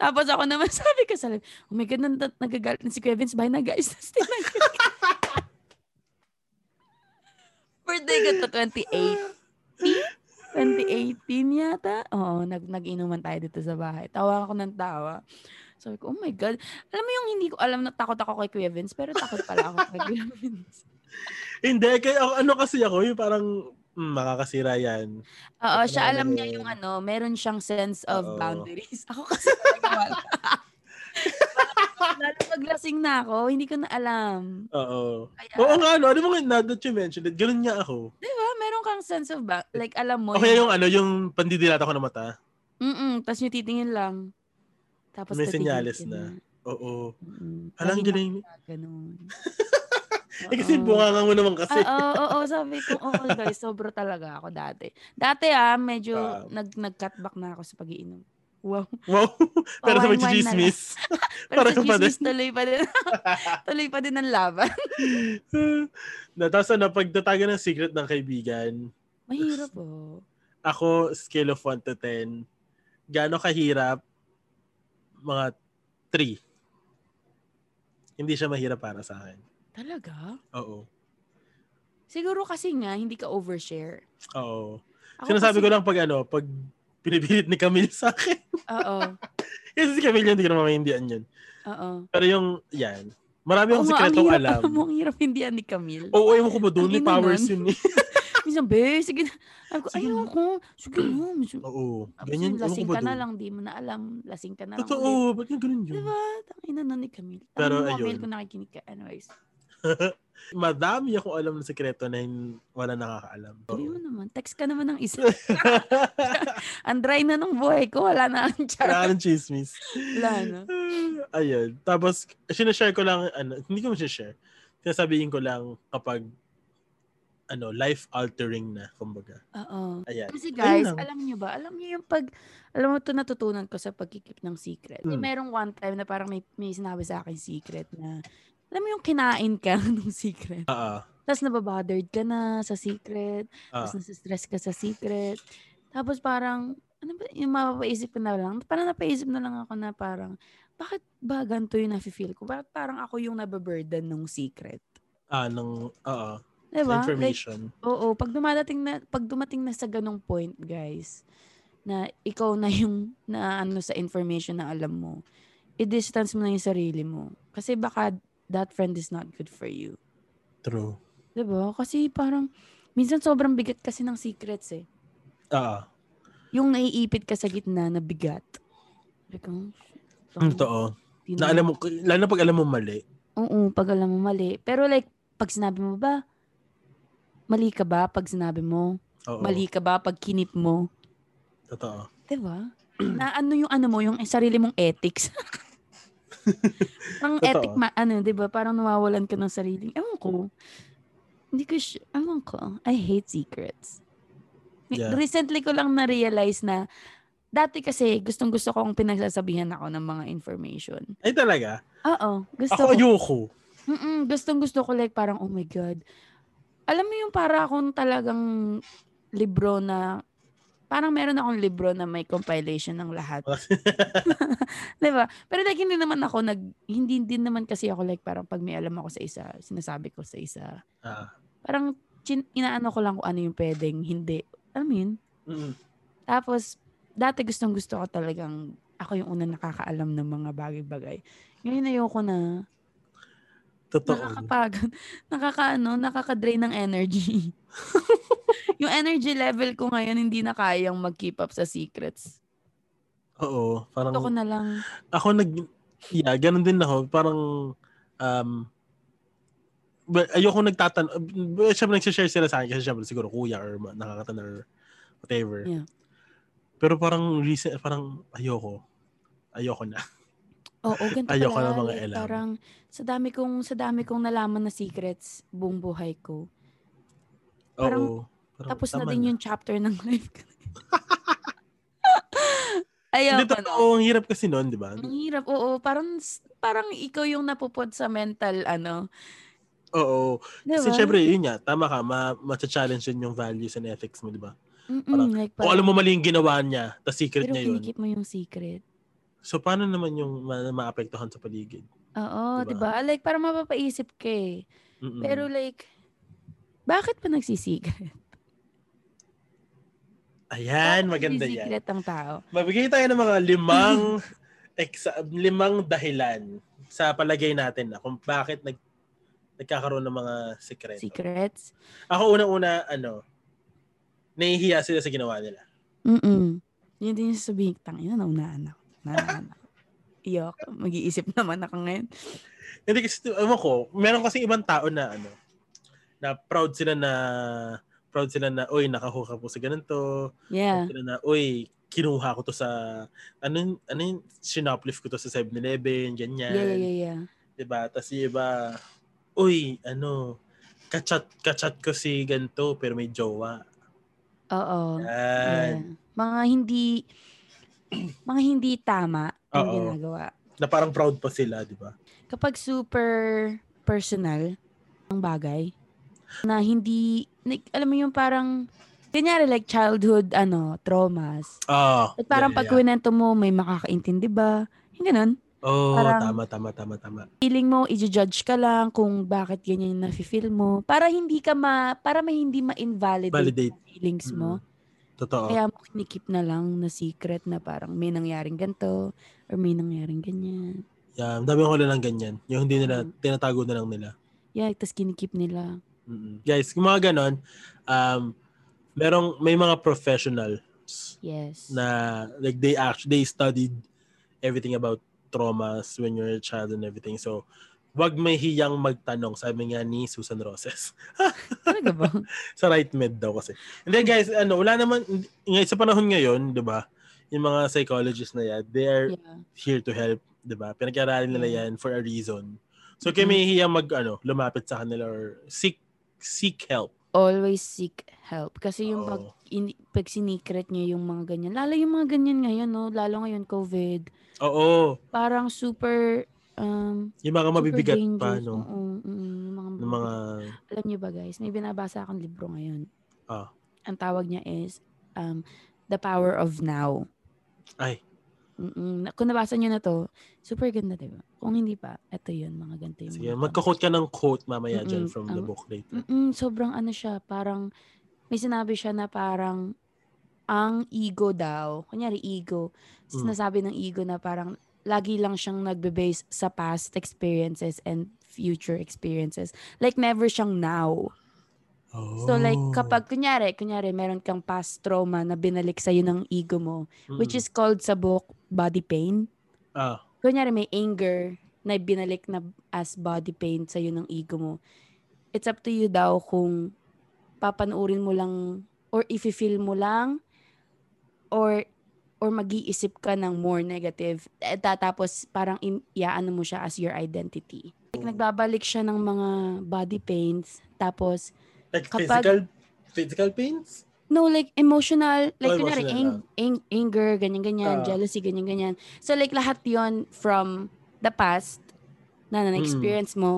[SPEAKER 2] Tapos ako naman sabi ko sa live, oh my God, nag- nagagalit na si Kevins. Bye na guys. Tapos tinanggal ko. Birthday ko to 2018. 2018 yata. Oo, nag nag-inuman tayo dito sa bahay. Tawa ako ng tawa. Sabi ko, oh my God. Alam mo yung hindi ko alam na takot ako kay Kuya Vince, pero takot pala ako kay Kuya Vince.
[SPEAKER 1] Hindi, kaya ako- ano kasi ako, yung parang mm, makakasira yan.
[SPEAKER 2] Oo,
[SPEAKER 1] Ito na
[SPEAKER 2] siya alam
[SPEAKER 1] ano
[SPEAKER 2] niya
[SPEAKER 1] yun.
[SPEAKER 2] yung ano, meron siyang sense of
[SPEAKER 1] Oo.
[SPEAKER 2] boundaries. Ako kasi wala. Lalo paglasing na ako, hindi ko na alam.
[SPEAKER 1] Oo.
[SPEAKER 2] Kaya,
[SPEAKER 1] Oo nga, ano, ano mo nga, now that you mentioned it, ganun nga ako.
[SPEAKER 2] di ba? Meron kang sense of, ba- like, alam mo.
[SPEAKER 1] O kaya yung ano, yung pandidilata ko ng mata.
[SPEAKER 2] Mm-mm, tapos yung titingin lang. Tapos
[SPEAKER 1] May
[SPEAKER 2] tatigil
[SPEAKER 1] senyales
[SPEAKER 2] ka
[SPEAKER 1] na. Oo.
[SPEAKER 2] Mm-mm.
[SPEAKER 1] Alam
[SPEAKER 2] Lagi
[SPEAKER 1] galing.
[SPEAKER 2] na- Ganun.
[SPEAKER 1] Eh kasi
[SPEAKER 2] Oo. Ah,
[SPEAKER 1] bunga mo naman kasi.
[SPEAKER 2] Oo, oo, oo, sabi ko, oo guys, sobro talaga ako dati. Dati ah, medyo
[SPEAKER 1] Ah.
[SPEAKER 2] nag, nag-cutback na ako sa pag-iinom. Wow.
[SPEAKER 1] Wow. Pero sa
[SPEAKER 2] Pawan-wan na
[SPEAKER 1] pagchichismis.
[SPEAKER 2] Pero
[SPEAKER 1] Para
[SPEAKER 2] sa
[SPEAKER 1] ka pa
[SPEAKER 2] chismis tuloy pa din. tuloy pa din ang laban.
[SPEAKER 1] na, tapos ano, pagtataga ng secret ng kaibigan,
[SPEAKER 2] Mahirap oh.
[SPEAKER 1] ako, scale of 1 to 10, gaano kahirap? Mga 3. Hindi siya mahirap para sa akin.
[SPEAKER 2] Talaga?
[SPEAKER 1] Oo.
[SPEAKER 2] Siguro kasi nga, hindi ka overshare.
[SPEAKER 1] Oo. Sinasabi ko lang pag ano, pag pinipilit ni Camille sa akin.
[SPEAKER 2] Oo,
[SPEAKER 1] Kasi si Camille hindi ko naman maintindihan yun.
[SPEAKER 2] oo.
[SPEAKER 1] Pero yung, yan. Marami akong
[SPEAKER 2] Oo nga, ang
[SPEAKER 1] sikretong
[SPEAKER 2] hirap,
[SPEAKER 1] alam. Oh.
[SPEAKER 2] alam mo, ang hirap hindi yan ni Camille.
[SPEAKER 1] Oo, ewan ko ba doon, may
[SPEAKER 2] Ang ina
[SPEAKER 1] powers
[SPEAKER 2] nun.
[SPEAKER 1] yun eh.
[SPEAKER 2] Minsan, be, sige na. Sabi ko,
[SPEAKER 1] Sige na.
[SPEAKER 2] ayoko. Sige na. minsan-
[SPEAKER 1] Oo.
[SPEAKER 2] Tapos
[SPEAKER 1] Ganyan,
[SPEAKER 2] yun,
[SPEAKER 1] ewan ko
[SPEAKER 2] lasing
[SPEAKER 1] ba
[SPEAKER 2] ka na
[SPEAKER 1] doon.
[SPEAKER 2] lang, di mo na alam. Lasing ka na lang. ulit.
[SPEAKER 1] Totoo, ba't yung ganun yun?
[SPEAKER 2] Diba? Tangina na ni Camille. Tangina
[SPEAKER 1] Pero
[SPEAKER 2] mo, Camille,
[SPEAKER 1] ayun.
[SPEAKER 2] kung nakikinig ka. Anyways.
[SPEAKER 1] Madami akong alam na sikreto na hin- wala nakakaalam.
[SPEAKER 2] Sabi
[SPEAKER 1] Oo.
[SPEAKER 2] mo naman, text ka naman ng isa. Ang dry na nung buhay ko. Wala na ang char.
[SPEAKER 1] Kailangan ng chismis.
[SPEAKER 2] Wala, no?
[SPEAKER 1] Ayun. Tapos, sinashare ko lang, ano, hindi ko sinashare. Sinasabihin ko lang kapag ano, life-altering na, kumbaga.
[SPEAKER 2] Oo.
[SPEAKER 1] Ayan.
[SPEAKER 2] Kasi
[SPEAKER 1] Ayun
[SPEAKER 2] guys,
[SPEAKER 1] lang.
[SPEAKER 2] alam niyo ba? Alam niyo yung pag, alam mo to natutunan ko sa pagkikip ng secret. Kasi
[SPEAKER 1] Hmm.
[SPEAKER 2] merong one time na parang may, may sinabi sa akin secret na, alam mo yung kinain ka ng secret.
[SPEAKER 1] Oo.
[SPEAKER 2] Tapos nababothered ka na sa secret.
[SPEAKER 1] Ah.
[SPEAKER 2] Tapos nasistress ka sa secret. Tapos parang, ano ba, yung mapapaisip ko na lang, parang napaisip na lang ako na parang, bakit ba ganito yung nafe-feel ko? Bakit parang ako yung nababurden ng secret?
[SPEAKER 1] Ah, ng, oo.
[SPEAKER 2] Diba? Like,
[SPEAKER 1] Information.
[SPEAKER 2] Oo, pag dumadating na pag dumating na sa ganong point, guys, na ikaw na yung na ano sa information na alam mo, i-distance mo na yung sarili mo. Kasi baka that friend is not good for you.
[SPEAKER 1] True.
[SPEAKER 2] 'Di ba? Kasi parang minsan sobrang bigat kasi ng secrets eh.
[SPEAKER 1] Oo.
[SPEAKER 2] Yung naiipit ka sa gitna na bigat. Like, oh, shit. Tang-
[SPEAKER 1] Totoo.
[SPEAKER 2] di
[SPEAKER 1] Na alam mo, lalo na pag alam mo mali.
[SPEAKER 2] Oo, pag alam mo mali. Pero like, pag sinabi mo ba, mali ka ba pag sinabi mo?
[SPEAKER 1] Oo.
[SPEAKER 2] Mali ka ba pag kinip mo?
[SPEAKER 1] Totoo.
[SPEAKER 2] Diba? na ano yung ano mo, yung sarili mong ethics. Parang
[SPEAKER 1] Totoo.
[SPEAKER 2] ethic, ma- ano, diba? Parang nawawalan ka ng sarili. Ewan ko. Hindi ko, sure. ewan ko. I hate secrets. May-
[SPEAKER 1] Yeah.
[SPEAKER 2] Recently ko lang na-realize na dati kasi gustong gusto kong pinagsasabihan ako ng mga information.
[SPEAKER 1] Ay talaga.
[SPEAKER 2] Oo, gusto
[SPEAKER 1] Ako
[SPEAKER 2] ko.
[SPEAKER 1] ayoko.
[SPEAKER 2] Mm-mm, gustong gusto ko like parang oh my god. Alam mo yung para akong talagang libro na parang meron akong libro na may compilation ng lahat. 'Di ba? Pero like hindi naman ako nag hindi din naman kasi ako like parang pag may alam ako sa isa, sinasabi ko sa isa.
[SPEAKER 1] Ah.
[SPEAKER 2] Parang chin, inaano ko lang kung ano yung pwedeng hindi. Alam mo yun?
[SPEAKER 1] Mm.
[SPEAKER 2] Tapos, dati gustong gusto ko talagang ako yung unang nakakaalam ng mga bagay-bagay. Ngayon ayoko na.
[SPEAKER 1] Totoo.
[SPEAKER 2] Nakakapagod. Nakakaano, nakakadrain ng energy. yung energy level ko ngayon hindi na kayang mag-keep up sa secrets.
[SPEAKER 1] Oo. Parang
[SPEAKER 2] Gusto ko na lang.
[SPEAKER 1] ako nag yeah, ganun din ako. Parang um but ayoko nagtatan but syempre nagsishare sila sa akin kasi syempre siguro kuya or ma- nakakatanda or whatever.
[SPEAKER 2] Yeah.
[SPEAKER 1] Pero parang recent parang ayoko. Ayoko na.
[SPEAKER 2] Oo, ganito
[SPEAKER 1] Ayoko
[SPEAKER 2] pala.
[SPEAKER 1] na mga
[SPEAKER 2] like,
[SPEAKER 1] alam.
[SPEAKER 2] Parang sa dami kong sa dami kong nalaman na secrets buong buhay ko. Parang
[SPEAKER 1] Oo. Parang
[SPEAKER 2] Tapos na
[SPEAKER 1] Oh, tama
[SPEAKER 2] din yung chapter ng life ko. Ayaw
[SPEAKER 1] Hindi
[SPEAKER 2] ko na. Mm.
[SPEAKER 1] totoo, ang hirap kasi noon, di ba?
[SPEAKER 2] Ang hirap. Oo, parang parang ikaw yung napupod sa mental ano.
[SPEAKER 1] Oo.
[SPEAKER 2] Diba?
[SPEAKER 1] Kasi syempre, yun nga, tama ka, ma- challenge din yung values and ethics mo, di ba?
[SPEAKER 2] Mm-mm, like,
[SPEAKER 1] O alam mo mali yung ginawa niya, tas secret
[SPEAKER 2] pero
[SPEAKER 1] niya yun.
[SPEAKER 2] kinikip mo yung secret.
[SPEAKER 1] So paano naman yung ma- maapektuhan sa paligid?
[SPEAKER 2] Oo, di
[SPEAKER 1] Diba?
[SPEAKER 2] ba? Like, para mapapaisip ka eh.
[SPEAKER 1] Mm-mm.
[SPEAKER 2] Pero like, bakit pa nagsisigaret?
[SPEAKER 1] Ayan,
[SPEAKER 2] Bakit
[SPEAKER 1] maganda yan.
[SPEAKER 2] nagsisigaret ang tao?
[SPEAKER 1] Mabigay tayo ng mga limang exa- limang dahilan sa palagay natin na kung bakit nag nagkakaroon ng mga sikreto.
[SPEAKER 2] Secrets?
[SPEAKER 1] Ako unang-una, ano, nahihiya sila sa ginawa nila.
[SPEAKER 2] Mm-mm. Yun din yung sabihin, tangina, naunaan ako. Naunaan ako. Iyok, mag-iisip naman ako ngayon.
[SPEAKER 1] Hindi kasi, ano ko, meron kasi ibang tao na, ano, na proud sila na, proud sila na, oy, nakahook ako sa ganito.
[SPEAKER 2] Yeah.
[SPEAKER 1] Proud sila na, oy, kinuha ko to sa, ano, yun- ano yun, sinoplift ko to sa 7-Eleven, ganyan.
[SPEAKER 2] Yeah, yeah, yeah, yeah.
[SPEAKER 1] Diba? Tapos yung iba, uy, ano, kachat, kachat ko si ganito, pero may jowa.
[SPEAKER 2] Oo. Yeah.
[SPEAKER 1] Yan.
[SPEAKER 2] Mga hindi, mga hindi tama ang
[SPEAKER 1] Oo.
[SPEAKER 2] ginagawa.
[SPEAKER 1] Na parang proud pa sila, diba? di ba?
[SPEAKER 2] Kapag super personal ang bagay, na hindi, like, alam mo yung parang, kanyari like childhood, ano, traumas.
[SPEAKER 1] Ah.
[SPEAKER 2] At parang
[SPEAKER 1] yeah,
[SPEAKER 2] pag
[SPEAKER 1] yeah, yeah.
[SPEAKER 2] kwento mo, may makakaintindi ba? Yung ganun.
[SPEAKER 1] Oh,
[SPEAKER 2] parang-
[SPEAKER 1] tama, tama, tama, tama.
[SPEAKER 2] feeling mo, i-judge ka lang kung bakit ganyan na feel mo. Para hindi ka ma, para ma hindi ma-invalidate
[SPEAKER 1] Validate. Mm-hmm.
[SPEAKER 2] ang feelings mo.
[SPEAKER 1] Totoo.
[SPEAKER 2] Kaya mo kinikip na lang na secret na parang may nangyaring ganito or may nangyaring ganyan.
[SPEAKER 1] Yeah, ang dami ko lang ng ganyan. Yung hindi nila, tinatago na lang nila.
[SPEAKER 2] Yeah, tapos kinikip nila.
[SPEAKER 1] Mm-mm. Guys, yung mga ganon, um, merong, may mga professionals
[SPEAKER 2] Yes.
[SPEAKER 1] na, like, they actually, they studied everything about traumas when you're a child and everything. So, wag may hiyang magtanong. Sabi nga ni Susan Roses.
[SPEAKER 2] Talaga ba?
[SPEAKER 1] sa right med daw kasi. And then guys, ano, wala naman, ngay- sa panahon ngayon, di ba, yung mga psychologists na yan, they are
[SPEAKER 2] yeah.
[SPEAKER 1] here to help, 'di ba? Pinag-aralan nila
[SPEAKER 2] Yeah.
[SPEAKER 1] 'yan for a reason. So
[SPEAKER 2] Mhm.
[SPEAKER 1] kaya may hiya mag ano, lumapit sa kanila or seek seek help.
[SPEAKER 2] Always seek help. Kasi yung pag,
[SPEAKER 1] Oo.
[SPEAKER 2] in, pag sinikret nyo yung mga ganyan. Lalo yung mga ganyan ngayon, no? Lalo ngayon, COVID.
[SPEAKER 1] Oo,
[SPEAKER 2] Parang super, um,
[SPEAKER 1] yung mga
[SPEAKER 2] super
[SPEAKER 1] mabibigat pa
[SPEAKER 2] dangerous.
[SPEAKER 1] no,
[SPEAKER 2] Oo, oo, yung mga,
[SPEAKER 1] ng mga
[SPEAKER 2] Alam niyo ba guys, may binabasa akong libro ngayon.
[SPEAKER 1] Ah.
[SPEAKER 2] Ang tawag niya is um, The Power of Now.
[SPEAKER 1] ay,
[SPEAKER 2] Mm-mm. Kung nabasa niyo na to, super ganda, diba? Kung hindi pa, ito yun, mga ganito yung
[SPEAKER 1] sige,
[SPEAKER 2] mga
[SPEAKER 1] magko-quote ka ng quote mamaya dyan
[SPEAKER 2] Mm-mm. um,
[SPEAKER 1] from the
[SPEAKER 2] Ang-
[SPEAKER 1] book later.
[SPEAKER 2] Mm-mm, sobrang ano siya, parang may sinabi siya na parang ang ego daw, kunyari ego,
[SPEAKER 1] Mm.
[SPEAKER 2] sinasabi ng ego na parang lagi lang siyang nagbe-base sa past experiences and future experiences. Like never siyang now.
[SPEAKER 1] Oh.
[SPEAKER 2] So like kapag kunyari, kunyari meron kang past trauma na binalik sa'yo ng ego mo, which
[SPEAKER 1] Mm-mm.
[SPEAKER 2] is called sa book body pain.
[SPEAKER 1] Hmm. ah,
[SPEAKER 2] Kunyari may anger na binalik na as body pain sa'yo ng ego mo. It's up to you daw kung papanuurin mo lang or ifi-feel mo lang or or mag-iisip ka ng more negative eh, tatapos parang in, iaano mo siya as your identity. Like, nagbabalik siya ng mga body pains tapos
[SPEAKER 1] like
[SPEAKER 2] kapag-
[SPEAKER 1] physical physical pains?
[SPEAKER 2] No, like emotional, like
[SPEAKER 1] Oh,
[SPEAKER 2] kunyari,
[SPEAKER 1] emotional,
[SPEAKER 2] ang- ang- anger,
[SPEAKER 1] Ah.
[SPEAKER 2] ganyan-ganyan, jealousy, ganyan-ganyan. So like lahat yon from the past na na-experience
[SPEAKER 1] Mm.
[SPEAKER 2] mo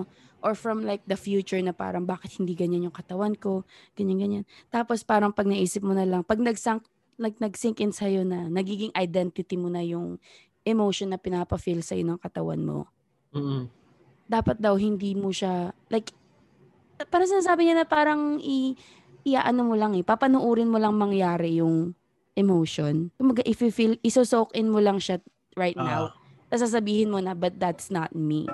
[SPEAKER 2] or from like the future na parang bakit hindi ganyan yung katawan ko, ganyan-ganyan. Tapos parang pag naisip mo na lang, pag nagsunk, like nag-sink in sa'yo na, nagiging identity mo na yung emotion na pinapa-feel sa'yo ng katawan mo
[SPEAKER 1] Mm-mm.
[SPEAKER 2] dapat daw hindi mo siya like parang sinasabi niya na parang i iaano mo lang eh papanuurin mo lang mangyari yung emotion kumbaga if you feel isosoak in mo lang siya right now
[SPEAKER 1] Ah,
[SPEAKER 2] tapos sasabihin mo na but that's not me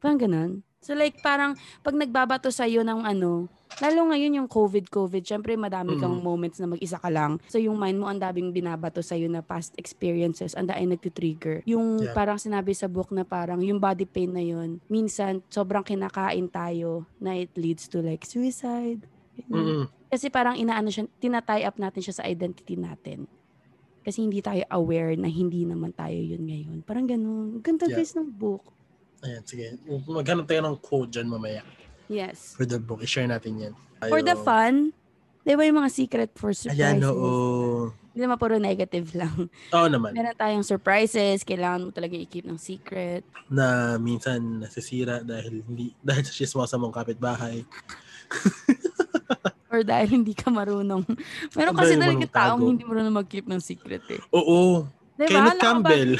[SPEAKER 2] parang ganun so like parang pag nagbabato sa ng ano lalo ngayon yung covid covid syempre madami kang
[SPEAKER 1] Mm.
[SPEAKER 2] moments na mag-isa ka lang so yung mind mo ang daming binabato sa na past experiences ang daing nagtitrigger yung
[SPEAKER 1] Yeah.
[SPEAKER 2] parang sinabi sa book na parang yung body pain na yun minsan sobrang kinakain tayo na it leads to like suicide Ganyan.
[SPEAKER 1] Ah, mm-mm.
[SPEAKER 2] Kasi parang inaano siya, tinatie up natin siya sa identity natin. Kasi hindi tayo aware na hindi naman tayo yun ngayon. Parang ganun. Ganda
[SPEAKER 1] Yeah.
[SPEAKER 2] guys ng book.
[SPEAKER 1] Ayan, sige. Maghanap tayo ng quote dyan mamaya
[SPEAKER 2] Yes.
[SPEAKER 1] for the book. I-share natin yan.
[SPEAKER 2] For the
[SPEAKER 1] Ayun.
[SPEAKER 2] fun, di ba yung mga secret for surprises?
[SPEAKER 1] Ayan, oo.
[SPEAKER 2] Hindi naman puro negative lang.
[SPEAKER 1] Oo naman.
[SPEAKER 2] Meron tayong surprises, kailangan mo talaga i-keep ng secret.
[SPEAKER 1] na minsan nasisira dahil hindi dahil siya sa mong kapitbahay.
[SPEAKER 2] or dahil hindi ka marunong. Meron
[SPEAKER 1] Dahil
[SPEAKER 2] kasi
[SPEAKER 1] marunong
[SPEAKER 2] talaga taong
[SPEAKER 1] tago.
[SPEAKER 2] hindi marunong mag-keep ng secret eh.
[SPEAKER 1] Oo.
[SPEAKER 2] Diba?
[SPEAKER 1] Kenneth
[SPEAKER 2] Nakaka-
[SPEAKER 1] Campbell.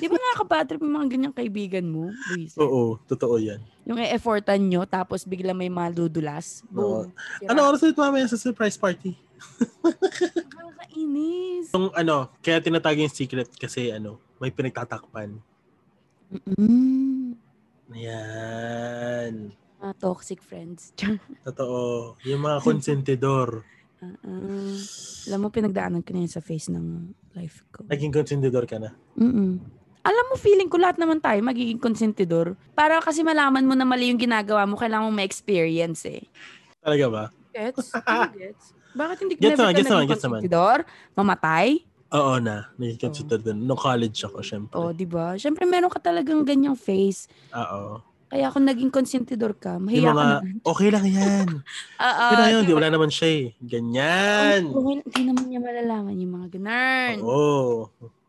[SPEAKER 2] Di ba nakaka-battery yung mga ganyang kaibigan mo? Luis?
[SPEAKER 1] Oo, totoo yan.
[SPEAKER 2] Yung e-effortan nyo, tapos bigla may maludulas. Boom. Sira.
[SPEAKER 1] Ano oras ulit mamaya sa surprise party?
[SPEAKER 2] Nakakainis.
[SPEAKER 1] Yung ano, kaya tinatag yung secret kasi ano, may pinagtatakpan.
[SPEAKER 2] Mm-mm.
[SPEAKER 1] Ayan.
[SPEAKER 2] Mga Ah, toxic friends.
[SPEAKER 1] Totoo. Yung mga konsentidor.
[SPEAKER 2] Uh-uh. Alam mo, pinagdaanan ko na yun sa face ng life ko.
[SPEAKER 1] Naging konsentidor ka na.
[SPEAKER 2] Mm-mm. Alam mo, feeling ko lahat naman tayo magiging konsentidor. Para kasi malaman mo na mali yung ginagawa mo, kailangan mo ma-experience eh.
[SPEAKER 1] Talaga ba?
[SPEAKER 2] Gets? Hindi gets? Bakit hindi
[SPEAKER 1] Gets
[SPEAKER 2] never
[SPEAKER 1] naman,
[SPEAKER 2] ka
[SPEAKER 1] gets naman,
[SPEAKER 2] naging
[SPEAKER 1] gets naman.
[SPEAKER 2] konsentidor? Mamatay?
[SPEAKER 1] Oo na. Naging konsentidor din. Nung college ako, syempre.
[SPEAKER 2] O, di ba? Siyempre, meron ka talagang ganyang face.
[SPEAKER 1] Oo.
[SPEAKER 2] Kaya kung naging konsentidor ka,
[SPEAKER 1] Yung
[SPEAKER 2] mahiya
[SPEAKER 1] mga,
[SPEAKER 2] ka na. Ah,
[SPEAKER 1] okay lang yan.
[SPEAKER 2] Oo.
[SPEAKER 1] Yun na yun,
[SPEAKER 2] di
[SPEAKER 1] di
[SPEAKER 2] ba?
[SPEAKER 1] wala naman siya eh. Ganyan.
[SPEAKER 2] Okay, hindi naman niya malalaman yung mga ganun.
[SPEAKER 1] Oo.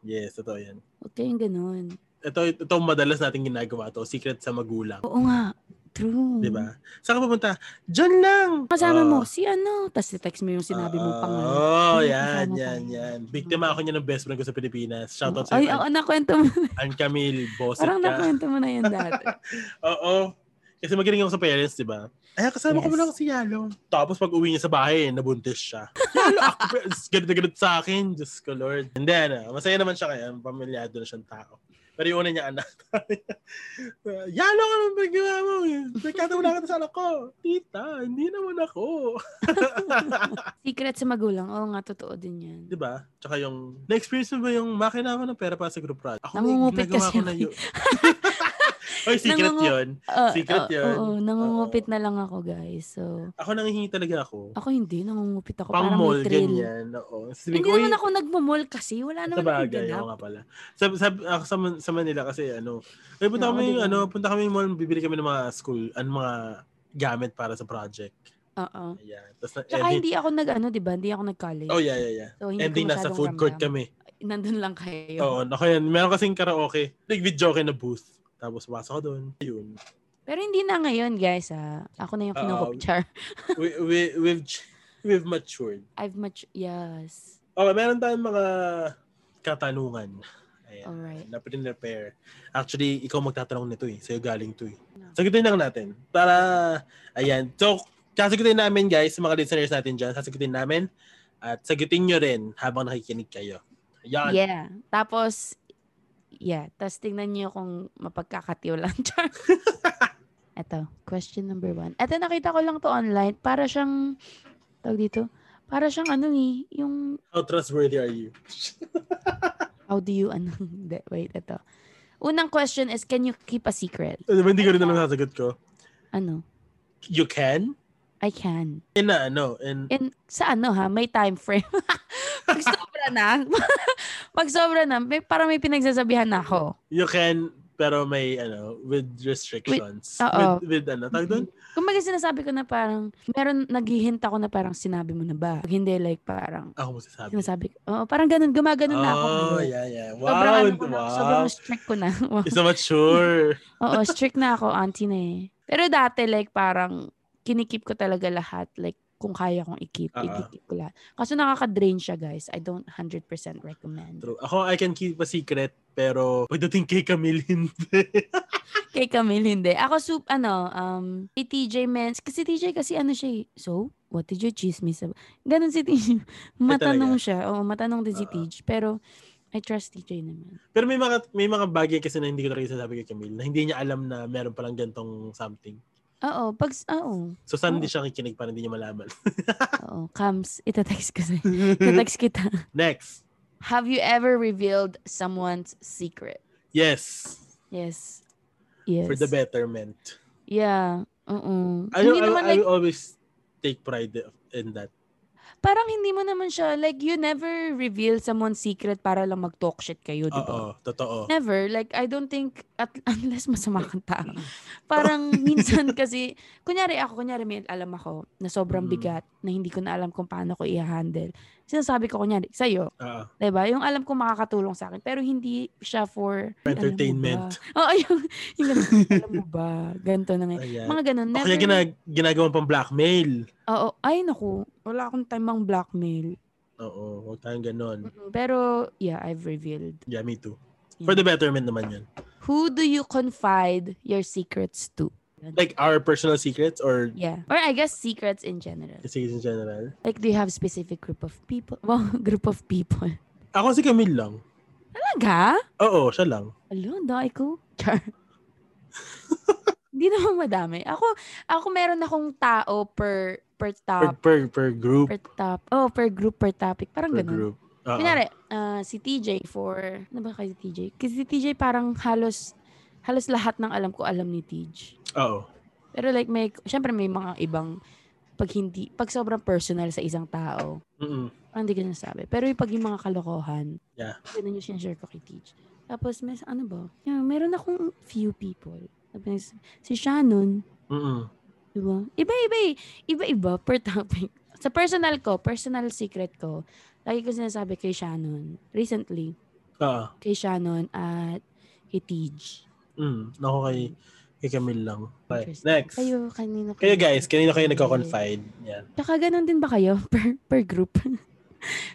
[SPEAKER 1] Yes, totoo yan.
[SPEAKER 2] Huwag kayong ganun.
[SPEAKER 1] Ito, ito ang madalas natin ginagawa to. Secret sa magulang.
[SPEAKER 2] Oo nga. True.
[SPEAKER 1] Di ba? Saan ka pupunta? Diyan lang!
[SPEAKER 2] Kasama
[SPEAKER 1] Oo.
[SPEAKER 2] mo, si ano. Tapos i-text mo yung sinabi mo pang
[SPEAKER 1] Oo, oh, yan, yan, yan. Biktima ako niya ng best friend ko sa Pilipinas. Shoutout sa
[SPEAKER 2] Ay,
[SPEAKER 1] iyo,
[SPEAKER 2] oo, nakwento mo.
[SPEAKER 1] Ann Camille, bosset
[SPEAKER 2] Parang
[SPEAKER 1] ka.
[SPEAKER 2] nakwento mo na yun dati.
[SPEAKER 1] Oo. Kasi magaling ako sa parents, di ba? Ay, kasama ko
[SPEAKER 2] Yes.
[SPEAKER 1] mo lang si Yalo. Tapos pag uwi niya sa bahay, nabuntis siya. Yalo, ako, pa- ganit na ganit sa akin. Diyos ko, Lord. And then, ah, masaya naman siya kaya. Pamilyado na siyang tao. Pero yung una niya, anak. Yalo, ano ba ginawa mo? Nagkatawala ka sa anak ko. Tita, hindi naman ako.
[SPEAKER 2] Secret sa magulang. Oo nga, totoo din yan.
[SPEAKER 1] Di ba? Tsaka yung, na-experience mo ba yung makina mo ng pera para sa group project? Ako
[SPEAKER 2] Nangungupit
[SPEAKER 1] ginagawa
[SPEAKER 2] kasi
[SPEAKER 1] ko na
[SPEAKER 2] ako. eh.
[SPEAKER 1] yun. Oy, secret
[SPEAKER 2] Nangungu-
[SPEAKER 1] yun.
[SPEAKER 2] Ah,
[SPEAKER 1] Secret
[SPEAKER 2] ah,
[SPEAKER 1] yun.
[SPEAKER 2] Oo, nangungupit na lang ako, guys. So,
[SPEAKER 1] Ako nanghihingi talaga ako.
[SPEAKER 2] ako hindi, nangungupit ako.
[SPEAKER 1] Pang
[SPEAKER 2] para
[SPEAKER 1] mall,
[SPEAKER 2] may thrill.
[SPEAKER 1] ganyan. Oo. Sabi ko,
[SPEAKER 2] Hindi naman
[SPEAKER 1] uy,
[SPEAKER 2] ako ah." nagmamall kasi.
[SPEAKER 1] sa
[SPEAKER 2] Wala naman akong
[SPEAKER 1] bagay.
[SPEAKER 2] ganap.
[SPEAKER 1] Oo nga pala. Sa, sa, ako sa, Man- sa Manila kasi, ano, ay, punta
[SPEAKER 2] Oo,
[SPEAKER 1] kami,
[SPEAKER 2] diba?
[SPEAKER 1] ano, punta kami mall, bibili kami ng mga school, ano, mga gamit para sa project.
[SPEAKER 2] Oo.
[SPEAKER 1] Ayan. Tapos, na,
[SPEAKER 2] Tsaka
[SPEAKER 1] ending,
[SPEAKER 2] hindi ako nag, ano, di ba? Hindi ako nag-college.
[SPEAKER 1] oh, yeah, yeah, yeah.
[SPEAKER 2] So, hindi
[SPEAKER 1] Ending
[SPEAKER 2] ko
[SPEAKER 1] nasa
[SPEAKER 2] masyadong
[SPEAKER 1] food court
[SPEAKER 2] ramdam.
[SPEAKER 1] kami.
[SPEAKER 2] Nandun lang kayo.
[SPEAKER 1] Oo, ako yan. Meron kasing karaoke. Nag-video na booth. Tapos, pasok ko doon. Ayun.
[SPEAKER 2] Pero hindi na ngayon, guys. Ah. Ako na yung
[SPEAKER 1] Oo.
[SPEAKER 2] kinukup, char.
[SPEAKER 1] we, we, we've, ch- we've matured.
[SPEAKER 2] I've much... Yes.
[SPEAKER 1] Okay, meron tayong mga katanungan. Ayan,
[SPEAKER 2] Alright.
[SPEAKER 1] na prepare. Actually, ikaw magtatanong nito eh. Sa'yo galing to eh. Sagutin lang natin. Para, ayan. So, sasagutin namin guys, sa mga listeners natin dyan, sasagutin namin. At sagutin nyo rin habang nakikinig kayo. Ayan.
[SPEAKER 2] Yeah. Tapos, yeah. Tapos tingnan niyo kung mapagkakatiw lang, char. Ito, question number one. Ito, nakita ko lang to online. Para siyang... Tawag dito? Para siyang ano eh, yung
[SPEAKER 1] How trustworthy are you?
[SPEAKER 2] how do you, ano, hindi, wait, ito. Unang question is, can you keep a secret?
[SPEAKER 1] Ano ba, hindi ko rin alam ang sasagot ko.
[SPEAKER 2] Ano?
[SPEAKER 1] You can?
[SPEAKER 2] I can.
[SPEAKER 1] In a, ano, in,
[SPEAKER 2] And sa ano ha, may time frame. Pag sobra na, pag sobra na, may, para may pinagsasabihan na ako.
[SPEAKER 1] you can, pero may, ano, with restrictions.
[SPEAKER 2] oo.
[SPEAKER 1] with, with ano, tawag doon?
[SPEAKER 2] Kumbaga sinasabi ko na parang, meron naghihint ako na parang sinabi mo na ba? Pag hindi like parang,
[SPEAKER 1] Ako magsasabi.
[SPEAKER 2] sinasabi ko, oh, parang ganun, gumaganon na ako.
[SPEAKER 1] Oh,
[SPEAKER 2] ngayon.
[SPEAKER 1] yeah, yeah. Wow,
[SPEAKER 2] Sobrang, ano ko na,
[SPEAKER 1] wow.
[SPEAKER 2] sobrang strict ko na.
[SPEAKER 1] Isa mature.
[SPEAKER 2] Oo, strict na ako, auntie na eh. Pero dati like parang, kinikip ko talaga lahat. Like, kung kaya kong ikip,
[SPEAKER 1] Ah, ah.
[SPEAKER 2] ikikip ko lahat. Kaso nakaka-drain siya guys. I don't 100% recommend.
[SPEAKER 1] True. Ako, I can keep a secret, pero pagdating kay Camille, hindi.
[SPEAKER 2] Kay Camille, hindi. Ako, soup, ano, um, si TJ Menz. Kasi TJ kasi ano siya eh. So, what did you chismis about? Ganon si TJ. Matanong siya. Oo, matanong din si
[SPEAKER 1] Oo.
[SPEAKER 2] TJ. Pero, I trust TJ naman.
[SPEAKER 1] pero may mga, may mga bagay kasi na hindi ko talaga sinasabi kay Camille na hindi niya alam na meron palang gantong something.
[SPEAKER 2] Oo, pag, oo,
[SPEAKER 1] So, sana
[SPEAKER 2] Oh.
[SPEAKER 1] hindi siya kikinig para hindi niya malaman.
[SPEAKER 2] oo, Cams, itatext ko sa'yo. Itatext kita.
[SPEAKER 1] Next.
[SPEAKER 2] Have you ever revealed someone's secret?
[SPEAKER 1] Yes.
[SPEAKER 2] Yes. Yes.
[SPEAKER 1] For the betterment.
[SPEAKER 2] Yeah. Oo.
[SPEAKER 1] I,
[SPEAKER 2] Hindi
[SPEAKER 1] I,
[SPEAKER 2] naman
[SPEAKER 1] I
[SPEAKER 2] like,
[SPEAKER 1] will always take pride in that.
[SPEAKER 2] parang hindi mo naman siya, like, you never reveal someone's secret para lang mag-talk shit kayo, di ba?
[SPEAKER 1] Oo, totoo.
[SPEAKER 2] Never. Like, I don't think, at, unless masama kang tao. Parang minsan kasi, kunyari ako, kunyari may alam ako na sobrang
[SPEAKER 1] Mm.
[SPEAKER 2] bigat, na hindi ko na alam kung paano ko i-handle. sinasabi ko kunyari sa'yo,
[SPEAKER 1] Ah,
[SPEAKER 2] 'di ba? Yung alam ko makakatulong sa akin pero hindi siya for
[SPEAKER 1] For entertainment.
[SPEAKER 2] Oo, yung, yung ganun, alam mo ba? Ganto na ngayon.
[SPEAKER 1] ayan.
[SPEAKER 2] Mga ganun.
[SPEAKER 1] O kaya gina- ginagawa pang blackmail.
[SPEAKER 2] Oo, ay naku, wala akong time mang blackmail.
[SPEAKER 1] Mm. Oo, huwag tayong ganun.
[SPEAKER 2] Mm-mm, Pero yeah, I've revealed.
[SPEAKER 1] Yeah, me too.
[SPEAKER 2] Mm.
[SPEAKER 1] For the betterment naman yun.
[SPEAKER 2] Who do you confide your secrets to?
[SPEAKER 1] Like our personal secrets or
[SPEAKER 2] Yeah. Or I guess secrets in general.
[SPEAKER 1] secrets in general.
[SPEAKER 2] Like do you have specific group of people? Well, group of people.
[SPEAKER 1] Ako si Camille lang.
[SPEAKER 2] Talaga?
[SPEAKER 1] Oo, siya lang.
[SPEAKER 2] Alo, ang dami ko. Char. Hindi naman madami. Ako, ako meron akong tao per per
[SPEAKER 1] Per,
[SPEAKER 2] top,
[SPEAKER 1] per, per group.
[SPEAKER 2] Ah. per top. Oh, per group, per topic. Parang
[SPEAKER 1] Per
[SPEAKER 2] ganun.
[SPEAKER 1] group. Oo.
[SPEAKER 2] Kunyari, ah, si TJ for, ano ba kay TJ? Kasi si TJ parang halos, halos lahat ng alam ko alam ni TJ.
[SPEAKER 1] Oo.
[SPEAKER 2] Pero like may, syempre may mga ibang, pag hindi, pag sobrang personal sa isang tao,
[SPEAKER 1] Mm-mm.
[SPEAKER 2] parang hindi ko nasabi. Pero yung pag yung mga kalokohan,
[SPEAKER 1] Yeah.
[SPEAKER 2] ganun yung sinashare ko kay TJ. Tapos, may, ano ba? Yeah, meron akong few people. Sabi niya, si Shannon,
[SPEAKER 1] Mm-mm.
[SPEAKER 2] Diba? Iba-iba eh. Iba-iba per topic. Sa personal ko, personal secret ko, lagi ko sinasabi kay Shannon, recently,
[SPEAKER 1] Oo.
[SPEAKER 2] kay Shannon at kay Tej.
[SPEAKER 1] Mm. Ako kay, kay Camille lang. Okay.
[SPEAKER 2] Interesting.
[SPEAKER 1] Next. Kayo,
[SPEAKER 2] Kayo, kanina ko.
[SPEAKER 1] guys, kanina kayo nagko-confide. Yan.
[SPEAKER 2] Tsaka ganun din ba kayo per, per group?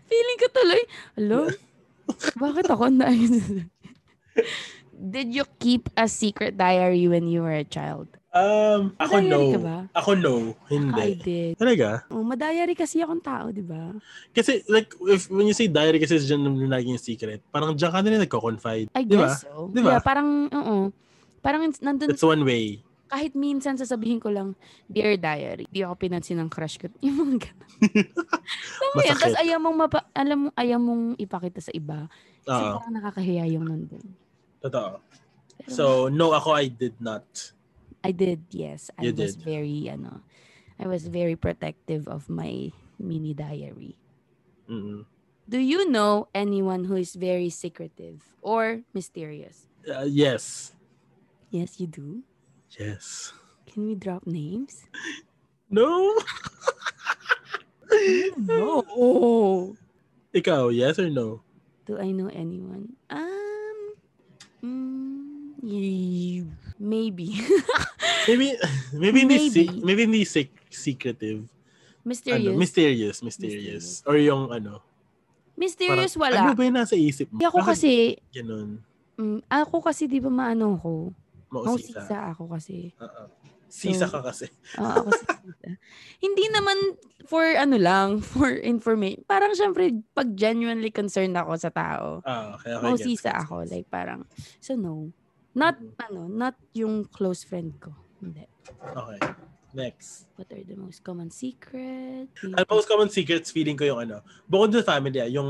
[SPEAKER 2] Feeling ko tuloy, hello? Bakit ako na? Did you keep a secret diary when you were a child?
[SPEAKER 1] Um, ako no.
[SPEAKER 2] Nakayari ka ba?
[SPEAKER 1] Ako no.
[SPEAKER 2] I
[SPEAKER 1] Hindi.
[SPEAKER 2] did.
[SPEAKER 1] Talaga?
[SPEAKER 2] Oh, madayari kasi akong tao, di ba?
[SPEAKER 1] Kasi like, if when you say diary kasi dyan yung naging secret, parang dyan ka na rin nagko-confide.
[SPEAKER 2] I
[SPEAKER 1] Di ba?
[SPEAKER 2] guess so.
[SPEAKER 1] Di ba?
[SPEAKER 2] Yeah, parang, oo. Parang nandun
[SPEAKER 1] That's one way.
[SPEAKER 2] kahit minsan sasabihin ko lang, Dear Diary, di ako pinansin ng crush ko. Yung mga ganun. Alam mo yan,
[SPEAKER 1] Masakit.
[SPEAKER 2] tapos ayaw mong, mapa- alam mo, ayaw mong ipakita sa iba. Kasi
[SPEAKER 1] Oo.
[SPEAKER 2] parang nakakahiya yung nandun.
[SPEAKER 1] Totoo.
[SPEAKER 2] Pero
[SPEAKER 1] So, no, ako I did not.
[SPEAKER 2] I did, yes. I
[SPEAKER 1] You
[SPEAKER 2] was
[SPEAKER 1] did.
[SPEAKER 2] very, ano, I was very protective of my mini diary.
[SPEAKER 1] Mm-mm.
[SPEAKER 2] Do you know anyone who is very secretive or mysterious?
[SPEAKER 1] Uh, yes.
[SPEAKER 2] Yes, you do.
[SPEAKER 1] Yes.
[SPEAKER 2] Can we drop names?
[SPEAKER 1] No?
[SPEAKER 2] No.
[SPEAKER 1] Ikaw, yes or no?
[SPEAKER 2] Do I know anyone? Um, mm, y- maybe.
[SPEAKER 1] Maybe, maybe, hindi, se-
[SPEAKER 2] Maybe.
[SPEAKER 1] maybe hindi sec- secretive.
[SPEAKER 2] mysterious.
[SPEAKER 1] Ano, mysterious, mysterious. Or yung ano.
[SPEAKER 2] mysterious
[SPEAKER 1] parang, Ano
[SPEAKER 2] wala.
[SPEAKER 1] ba yung nasa isip mo?
[SPEAKER 2] Hindi ako
[SPEAKER 1] Bakit
[SPEAKER 2] kasi,
[SPEAKER 1] Ganun.
[SPEAKER 2] mm, ako kasi di ba maano ko?
[SPEAKER 1] Mausisa. Sisa.
[SPEAKER 2] Mausisa ako kasi.
[SPEAKER 1] Sisa
[SPEAKER 2] So,
[SPEAKER 1] ka kasi.
[SPEAKER 2] Oo, ako sisita. Hindi naman for ano lang, for information. Parang syempre, pag genuinely concerned ako sa tao,
[SPEAKER 1] Ah, okay, okay. gets,
[SPEAKER 2] mausisa
[SPEAKER 1] gets,
[SPEAKER 2] ako.
[SPEAKER 1] gets.
[SPEAKER 2] Like parang, so no. Not,
[SPEAKER 1] Mm,
[SPEAKER 2] ano, not yung close friend ko. Hindi.
[SPEAKER 1] Okay. Next.
[SPEAKER 2] What are the most common secret?
[SPEAKER 1] Ang most common secrets, feeling ko yung ano, bukod sa family, ah, yung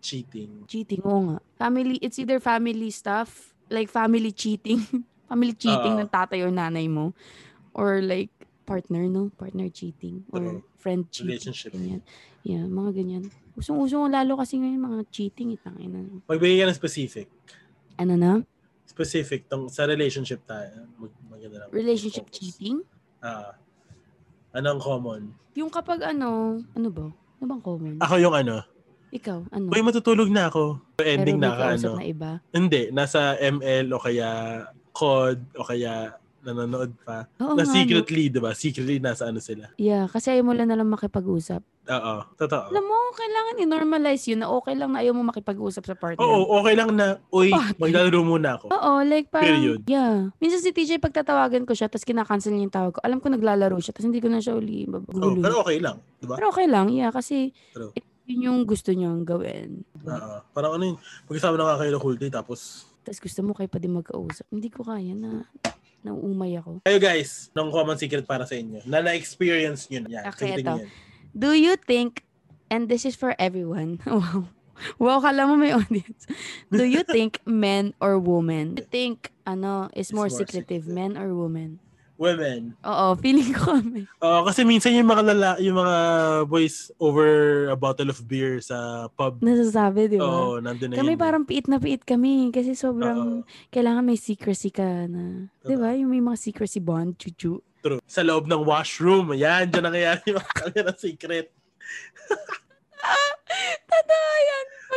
[SPEAKER 1] cheating.
[SPEAKER 2] cheating. Oo nga. Family, it's either family stuff, like family cheating. family cheating
[SPEAKER 1] Oo.
[SPEAKER 2] ng tatay or nanay mo. Or like partner, no? Partner cheating. Or
[SPEAKER 1] True.
[SPEAKER 2] friend cheating.
[SPEAKER 1] Relationship.
[SPEAKER 2] Ganyan. Yeah, mga ganyan. Usong-usong lalo kasi ngayon mga cheating. Itang, ina.
[SPEAKER 1] Magbigay ka ng specific.
[SPEAKER 2] Ano na?
[SPEAKER 1] Specific tong sa relationship tayo. Mag- maganda lang.
[SPEAKER 2] Relationship
[SPEAKER 1] Focus.
[SPEAKER 2] cheating?
[SPEAKER 1] Ah. Anong common?
[SPEAKER 2] Yung kapag ano, ano ba? Ano bang common?
[SPEAKER 1] Ako yung ano.
[SPEAKER 2] Ikaw, ano?
[SPEAKER 1] Uy, matutulog na ako. Ending
[SPEAKER 2] Pero
[SPEAKER 1] na
[SPEAKER 2] may
[SPEAKER 1] ka,
[SPEAKER 2] kausap
[SPEAKER 1] ano.
[SPEAKER 2] na iba.
[SPEAKER 1] Hindi, nasa ML o kaya COD o kaya nanonood pa.
[SPEAKER 2] Oo
[SPEAKER 1] na
[SPEAKER 2] nga, no?
[SPEAKER 1] secretly, di ba? Secretly nasa ano sila.
[SPEAKER 2] Yeah, kasi ayaw mo lang nalang makipag-usap.
[SPEAKER 1] Oo, totoo.
[SPEAKER 2] Alam mo, kailangan i-normalize yun na okay lang na ayaw mo makipag-usap sa partner.
[SPEAKER 1] Oo, okay lang na, uy,
[SPEAKER 2] Bakit?
[SPEAKER 1] maglalaro muna ako.
[SPEAKER 2] Oo, like parang,
[SPEAKER 1] Period.
[SPEAKER 2] yeah. Minsan si TJ, pagtatawagan ko siya, tapos kinakancel niya yung tawag ko. Alam ko naglalaro siya, tapos hindi ko na siya uli
[SPEAKER 1] Oo,
[SPEAKER 2] babagulo. pero,
[SPEAKER 1] Oh, pero okay lang, di ba?
[SPEAKER 2] okay lang, yeah, kasi
[SPEAKER 1] True.
[SPEAKER 2] eh, yun yung gusto niyang gawin.
[SPEAKER 1] Oo, parang ano yun, pagkasama na nga kayo na whole day, tapos,
[SPEAKER 2] Tapos gusto mo kayo pa din magkausap. Hindi ko kaya na nauumay ako.
[SPEAKER 1] kayo guys, ng common secret para sa inyo, na na-experience nyo na. Yan,
[SPEAKER 2] Okay,
[SPEAKER 1] okay,
[SPEAKER 2] ito.
[SPEAKER 1] yan.
[SPEAKER 2] Do you think, and this is for everyone, wow, wow, kala mo may audience. Do you think men or women? Do you think, ano, is
[SPEAKER 1] Is
[SPEAKER 2] more,
[SPEAKER 1] more
[SPEAKER 2] secretive,
[SPEAKER 1] secretive.
[SPEAKER 2] men or women?
[SPEAKER 1] Women.
[SPEAKER 2] Oo, feeling ko kami.
[SPEAKER 1] Oo, kasi minsan yung mga lala, yung mga boys over a bottle of beer sa pub.
[SPEAKER 2] Nasasabi, di ba?
[SPEAKER 1] Oo, nandun na
[SPEAKER 2] Kami
[SPEAKER 1] yun. eh.
[SPEAKER 2] parang piit na piit kami kasi
[SPEAKER 1] Oo.
[SPEAKER 2] sobrang kailangan may secrecy ka na.
[SPEAKER 1] Totoo.
[SPEAKER 2] 'Di ba? Yung may mga secrecy bond, chuchu.
[SPEAKER 1] True. Sa loob ng washroom. Ayan, dyan nangyayari yung mga camera secret.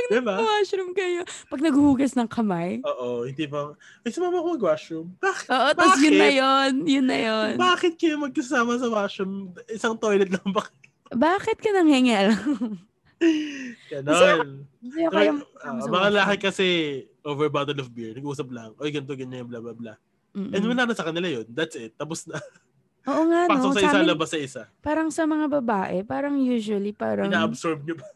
[SPEAKER 1] Diba?
[SPEAKER 2] Washroom kayo. Pag naghuhugas ng kamay.
[SPEAKER 1] Oo, hindi ba? Ay, sumama ko mag-washroom. Bakit?
[SPEAKER 2] Oo, tapos
[SPEAKER 1] Bakit?
[SPEAKER 2] yun na yun. Yun na yun.
[SPEAKER 1] Bakit kayo magkasama sa washroom? Isang toilet lang ba?
[SPEAKER 2] Bakit ka nang hengel?
[SPEAKER 1] Ganon.
[SPEAKER 2] Hindi ako
[SPEAKER 1] Ay,
[SPEAKER 2] yung...
[SPEAKER 1] ah, mga lahat kasi over bottle of beer, nag-uusap lang, oy, ganito, ganyan, bla, bla, bla.
[SPEAKER 2] Mm-mm.
[SPEAKER 1] And wala na sa kanila yun. That's it. Tapos na.
[SPEAKER 2] Oo nga, no?
[SPEAKER 1] Pasok sa
[SPEAKER 2] Ano, Sa
[SPEAKER 1] isa,
[SPEAKER 2] amin,
[SPEAKER 1] labas sa isa.
[SPEAKER 2] parang sa mga babae, parang usually, parang
[SPEAKER 1] Ina-absorb nyo ba?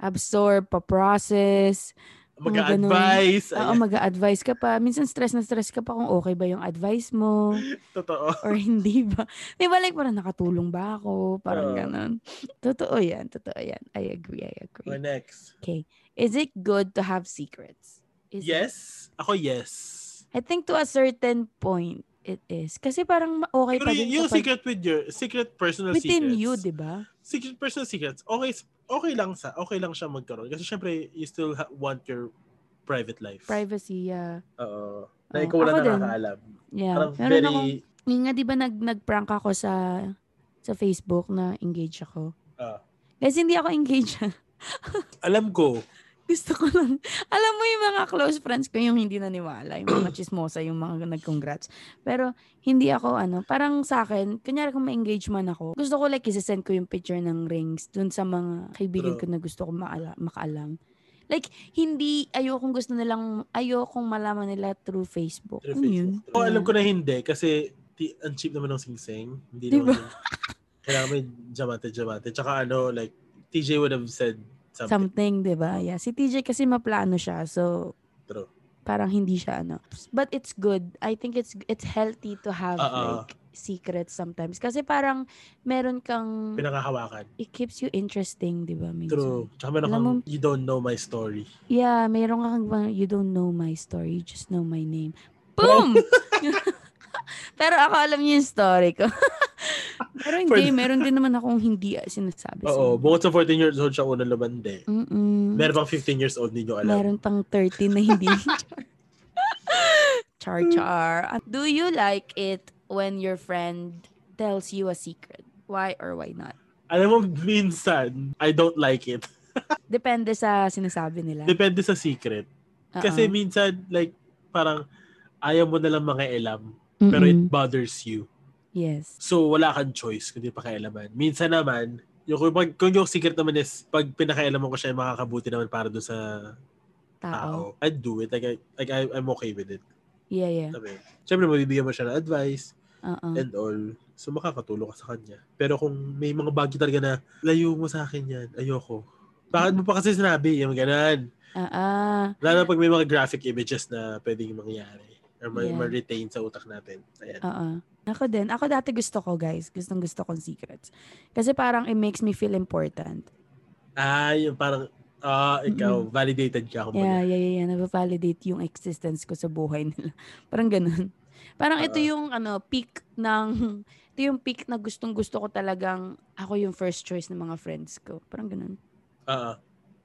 [SPEAKER 2] absorb, pa-process.
[SPEAKER 1] Mag-advise.
[SPEAKER 2] Oo,
[SPEAKER 1] Ayan,
[SPEAKER 2] mag-advise ka pa. Minsan stress na stress ka pa kung okay ba yung advice mo
[SPEAKER 1] totoo.
[SPEAKER 2] or hindi ba. Di ba like parang nakatulong ba ako?
[SPEAKER 1] Oo.
[SPEAKER 2] Parang ganun. Totoo yan, totoo yan. I agree, I
[SPEAKER 1] Okay,
[SPEAKER 2] agree.
[SPEAKER 1] next.
[SPEAKER 2] Okay. Is it good to have secrets? Is it-
[SPEAKER 1] Yes? Ako, yes.
[SPEAKER 2] I think to a certain point, it is. Kasi parang ma- okay
[SPEAKER 1] Pero yung,
[SPEAKER 2] pa din
[SPEAKER 1] yung
[SPEAKER 2] kapag
[SPEAKER 1] secret with your, secret personal
[SPEAKER 2] within
[SPEAKER 1] secrets.
[SPEAKER 2] you, di ba?
[SPEAKER 1] Secret personal secrets. Okay, okay lang sa, okay lang siya magkaroon. Kasi syempre, you still ha- want your private life.
[SPEAKER 2] Privacy, yeah.
[SPEAKER 1] Oo.
[SPEAKER 2] Oo.
[SPEAKER 1] Na ikaw wala
[SPEAKER 2] Ako din.
[SPEAKER 1] nakakaalam.
[SPEAKER 2] Yeah.
[SPEAKER 1] Parang
[SPEAKER 2] Meron
[SPEAKER 1] very,
[SPEAKER 2] akong, yun nga, di ba nag, nag-prank ako sa sa Facebook na engage ako.
[SPEAKER 1] Ah.
[SPEAKER 2] Guys, hindi ako engaged.
[SPEAKER 1] alam ko,
[SPEAKER 2] Gusto ko lang. Alam mo yung mga close friends ko yung hindi naniwala, yung mga chismosa, yung mga nag-congrats. Pero hindi ako ano, parang sa akin, kunyari kung ma-engage man ako, gusto ko like isasend ko yung picture ng rings dun sa mga kaibigan
[SPEAKER 1] True.
[SPEAKER 2] ko na gusto ko maala- makaalam. Like, hindi, ayokong gusto nilang, ayokong malaman nila through Facebook.
[SPEAKER 1] Through
[SPEAKER 2] Ano yun?
[SPEAKER 1] Facebook. Oh, alam ko na hindi kasi ti- ang cheap naman ng singsing. Hindi
[SPEAKER 2] Diba?
[SPEAKER 1] naman. Kailangan may diamante-diamante. Tsaka ano, like, TJ would have said something.
[SPEAKER 2] something, 'di ba? Yeah, si TJ kasi maplano siya. So
[SPEAKER 1] True.
[SPEAKER 2] Parang hindi siya ano. But it's good. I think it's it's healthy to have
[SPEAKER 1] Ah, ah.
[SPEAKER 2] like secrets sometimes kasi parang meron kang
[SPEAKER 1] Pinakahawakan.
[SPEAKER 2] it keeps you interesting, 'di ba? minsan?
[SPEAKER 1] True. Tsaka meron
[SPEAKER 2] Alam
[SPEAKER 1] kang,
[SPEAKER 2] mo-
[SPEAKER 1] you don't know my story.
[SPEAKER 2] Yeah, meron kang parang, you don't know my story, you just know my name. Boom! Pero ako alam niyo yung story ko. Pero hindi,
[SPEAKER 1] For-
[SPEAKER 2] meron din naman akong hindi ah, sinasabi.
[SPEAKER 1] Oo. Bukod sa 14 years old siya unang lumande.
[SPEAKER 2] mm
[SPEAKER 1] Meron pang 15 years old ninyo alam.
[SPEAKER 2] Meron pang 30 na hindi. char char. Do you like it when your friend tells you a secret? Why or why not?
[SPEAKER 1] Alam mo, minsan, I don't like it.
[SPEAKER 2] Depende sa sinasabi nila.
[SPEAKER 1] Depende sa secret.
[SPEAKER 2] Oo.
[SPEAKER 1] Kasi minsan, like, parang, ayaw mo nalang mga elam. Pero it
[SPEAKER 2] Mm-mm.
[SPEAKER 1] bothers you.
[SPEAKER 2] Yes.
[SPEAKER 1] So, wala kang choice kundi pakialaman. Minsan naman, yung, kung, pag- kung yung secret naman is, pag pinakailaman ko siya, ay makakabuti naman para doon sa
[SPEAKER 2] Tao.
[SPEAKER 1] tao, I'd do it. Like, I, like I, I'm okay with it.
[SPEAKER 2] Yeah, yeah. Uh-uh.
[SPEAKER 1] Sabi, Siyempre, mabibigyan mo siya ng advice
[SPEAKER 2] Oo.
[SPEAKER 1] and all. So, makakatulong ka sa kanya. Pero kung may mga bagay talaga na, layo mo sa akin yan, ayoko. Bakit mo pa kasi sinabi? Yung ganun.
[SPEAKER 2] Oo.
[SPEAKER 1] Lalo na pag may mga graphic images na pwedeng mangyari or ma-
[SPEAKER 2] Yeah.
[SPEAKER 1] ma-retain sa utak natin. Ayan.
[SPEAKER 2] Oo. Uh-uh. Ako din. Ako dati gusto ko, guys. Gustong gusto kong secrets. Kasi parang it makes me feel important.
[SPEAKER 1] Ah, yung parang, ah, ikaw, validated ka. kumbaga.
[SPEAKER 2] Mm-hmm. Yeah, yeah, yeah, yeah. Nababalidate yung existence ko sa buhay nila. Parang ganun. Parang ito
[SPEAKER 1] Oo.
[SPEAKER 2] yung ano, peak ng, ito yung peak na gustong gusto ko talagang ako yung first choice ng mga friends ko. Parang ganun.
[SPEAKER 1] Oo.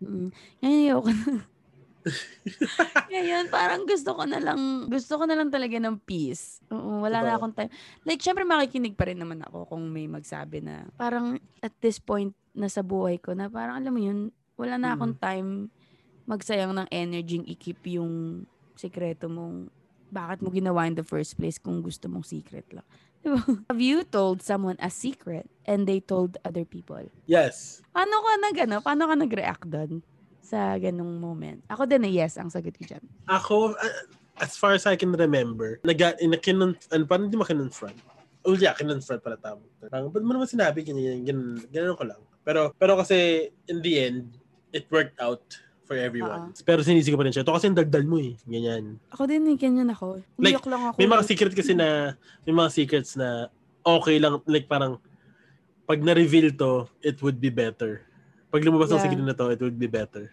[SPEAKER 2] Mm. Ngayon, ayoko na. Ngayon, parang gusto ko na lang, gusto ko na lang talaga ng peace. Oo, wala na
[SPEAKER 1] Totoo.
[SPEAKER 2] akong time. Like, syempre makikinig pa rin naman ako kung may magsabi na parang at this point na sa buhay ko na parang alam mo yun, wala na akong time magsayang ng energy i-keep yung sikreto mong bakit mo ginawa in the first place kung gusto mong secret lang. Diba? Have you told someone a secret and they told other people?
[SPEAKER 1] Yes.
[SPEAKER 2] Paano ka nag ano? Paano ka nag-react doon sa ganung moment? Ako din eh, yes ang sagot ko dyan.
[SPEAKER 1] Ako, uh, as far as I can remember, nag in a kinon, ano, parang hindi makinonfront. Oh yeah, kinonfront pala tama. Parang, ba't mo naman sinabi, ganyan, ganyan, ganyan, ganyan ko lang. Pero, pero kasi, in the end, it worked out for everyone.
[SPEAKER 2] Ah.
[SPEAKER 1] Pero sinisig ko pa rin siya. Ito kasi ang dagdal mo eh. Ganyan.
[SPEAKER 2] Ako din eh, ganyan ako.
[SPEAKER 1] Like,
[SPEAKER 2] Umiyok lang ako.
[SPEAKER 1] May mga secret kasi na, may mga secrets na okay lang, like parang, pag na-reveal to, it would be better. Pag lumabas ang
[SPEAKER 2] Yeah.
[SPEAKER 1] secret na to, it would be better.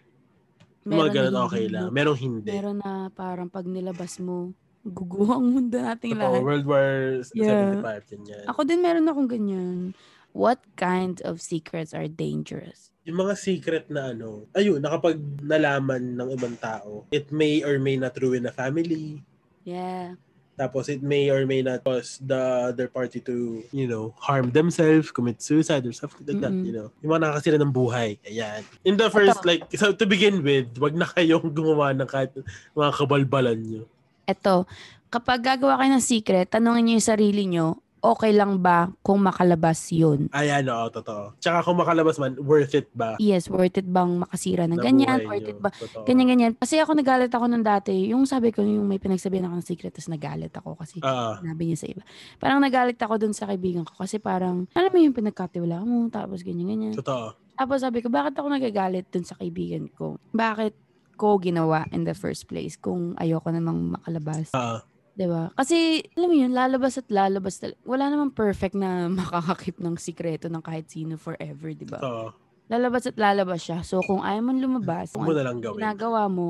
[SPEAKER 1] Yung
[SPEAKER 2] Meron
[SPEAKER 1] mga ganun,
[SPEAKER 2] na
[SPEAKER 1] okay
[SPEAKER 2] hindi
[SPEAKER 1] lang.
[SPEAKER 2] mo-
[SPEAKER 1] Merong hindi.
[SPEAKER 2] Meron na parang pag nilabas mo, guguho ang mundo nating
[SPEAKER 1] Totoo,
[SPEAKER 2] lahat.
[SPEAKER 1] World War
[SPEAKER 2] Yeah.
[SPEAKER 1] 75, ganyan.
[SPEAKER 2] Ako din meron akong ganyan. What kind of secrets are dangerous?
[SPEAKER 1] Yung mga secret na ano, ayun, nakapag nalaman ng ibang tao, it may or may not ruin a family.
[SPEAKER 2] Yeah.
[SPEAKER 1] Tapos it may or may not cause the other party to, you know, harm themselves, commit suicide or something like that,
[SPEAKER 2] Mm-mm.
[SPEAKER 1] you know. Yung mga nakakasira ng buhay. Ayan. In the first,
[SPEAKER 2] Ito.
[SPEAKER 1] like, so to begin with, wag na kayong gumawa ng kahit mga kabalbalan nyo.
[SPEAKER 2] Eto, kapag gagawa kayo ng secret, tanongin niyo yung sarili niyo, okay lang ba kung makalabas yun?
[SPEAKER 1] Ayan, oo, totoo. Tsaka kung makalabas man, worth it ba?
[SPEAKER 2] Yes, worth it bang makasira ng
[SPEAKER 1] na
[SPEAKER 2] ganyan?
[SPEAKER 1] buhay
[SPEAKER 2] Worth
[SPEAKER 1] nyo?
[SPEAKER 2] it ba?
[SPEAKER 1] Totoo.
[SPEAKER 2] Ganyan-ganyan. Kasi ako nagalit ako nung dati. Yung sabi ko, yung may pinagsabihan ako ng secret, tapos nagalit ako kasi
[SPEAKER 1] Ah,
[SPEAKER 2] sinabi niya sa iba. Parang nagalit ako dun sa kaibigan ko kasi parang, alam mo yung pinagkatiwala mo, tapos ganyan-ganyan.
[SPEAKER 1] totoo.
[SPEAKER 2] Tapos sabi ko, bakit ako nagagalit dun sa kaibigan ko? Bakit ko ginawa in the first place kung ayoko namang makalabas?
[SPEAKER 1] Ah,
[SPEAKER 2] 'Di ba? Kasi, alam mo yun, lalabas at lalabas. tal- Wala namang perfect na makakakip ng sikreto ng kahit sino forever, 'di ba?
[SPEAKER 1] totoo.
[SPEAKER 2] Lalabas at lalabas siya. So, kung ayaw mo lumabas,
[SPEAKER 1] Huwag
[SPEAKER 2] kung
[SPEAKER 1] mo
[SPEAKER 2] ano
[SPEAKER 1] na lang gawin.
[SPEAKER 2] ginagawa mo,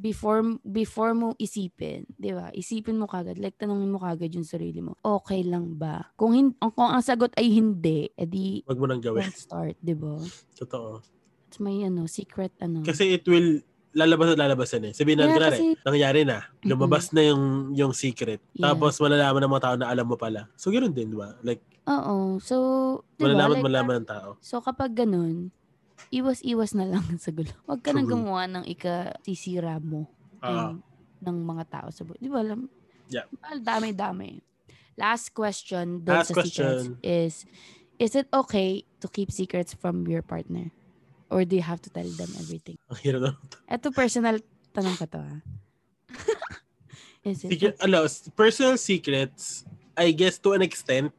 [SPEAKER 2] before before mo isipin, 'di ba? Isipin mo kagad, like tanungin mo kagad yung sarili mo. Okay lang ba? Kung hin- kung ang sagot ay hindi, edi
[SPEAKER 1] Huwag mo nang gawin.
[SPEAKER 2] don't start, 'di ba?
[SPEAKER 1] Totoo.
[SPEAKER 2] It's may ano, secret ano.
[SPEAKER 1] Kasi it will lalabas at lalabas yan eh. Sabihin na,
[SPEAKER 2] Kaya
[SPEAKER 1] kunwari,
[SPEAKER 2] kasi-
[SPEAKER 1] nangyari na. Lumabas na yung yung secret.
[SPEAKER 2] Yeah.
[SPEAKER 1] Tapos malalaman ng mga tao na alam mo pala. So, ganoon din, di ba? Like,
[SPEAKER 2] Oo. So, 'di ba?
[SPEAKER 1] malalaman,
[SPEAKER 2] Like,
[SPEAKER 1] malalaman ng tao.
[SPEAKER 2] So kapag ganun, iwas-iwas na lang sa gulo. Huwag ka nang
[SPEAKER 1] Mhm.
[SPEAKER 2] gumawa ng ikasisira mo
[SPEAKER 1] Ah,
[SPEAKER 2] ng, ng mga tao sa buhay. Di ba alam?
[SPEAKER 1] Yeah.
[SPEAKER 2] Al, dami-dami. Last question doon
[SPEAKER 1] Last
[SPEAKER 2] sa secrets
[SPEAKER 1] question.
[SPEAKER 2] is, is it okay to keep secrets from your partner? Or do you have to tell them everything?
[SPEAKER 1] ang hirap na.
[SPEAKER 2] Eto personal tanong ka to ah. is it
[SPEAKER 1] Secret, ano, s- personal secrets, I guess to an extent,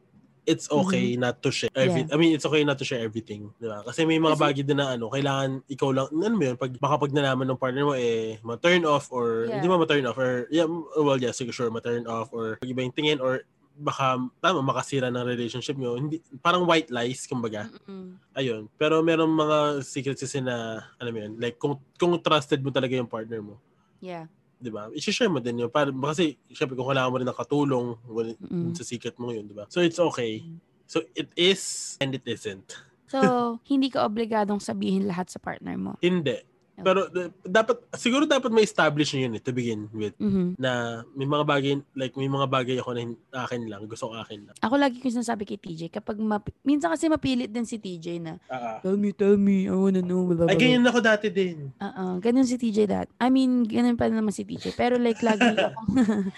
[SPEAKER 1] it's
[SPEAKER 2] Mm-hmm.
[SPEAKER 1] okay not to share every, I mean, it's okay not to share everything. Di ba? Kasi may mga
[SPEAKER 2] Kasi-
[SPEAKER 1] bagay din na ano, kailangan ikaw lang, ano mo yun, pag, baka pag nalaman ng partner mo, eh, ma-turn off or,
[SPEAKER 2] Yeah.
[SPEAKER 1] hindi mo ma-turn off or, yeah, m- well, yeah, siguro sure, ma-turn off or iba yung tingin or baka, tama, makasira ng relationship nyo. Hindi, parang white lies, kumbaga.
[SPEAKER 2] Mm-mm.
[SPEAKER 1] Ayun. Pero meron mga secrets kasi na, ano mo yun, like, kung, kung trusted mo talaga yung partner mo,
[SPEAKER 2] Yeah.
[SPEAKER 1] di ba? I-share mo din yun. Para, kasi, syempre, kung kailangan mo rin ng katulong wal-
[SPEAKER 2] Mm-mm.
[SPEAKER 1] sa secret mo yun, di ba? So, it's okay. So, it is and it isn't.
[SPEAKER 2] So, hindi ka obligadong sabihin lahat sa partner mo.
[SPEAKER 1] Hindi. Pero, d- dapat, siguro dapat may establish nyo yun eh, to begin with.
[SPEAKER 2] Mhm.
[SPEAKER 1] Na, may mga bagay, like, may mga bagay ako na hin- akin lang. Gusto ko akin lang.
[SPEAKER 2] Ako lagi ko sinasabi kay TJ, kapag map- minsan kasi mapilit din si TJ na,
[SPEAKER 1] Ah, ah.
[SPEAKER 2] tell me, tell me, I wanna know. Blah, blah,
[SPEAKER 1] Ay,
[SPEAKER 2] blah.
[SPEAKER 1] ganyan ako dati din.
[SPEAKER 2] Oo, ganun si TJ that. I mean, ganun pa naman si TJ. Pero like, lagi akong,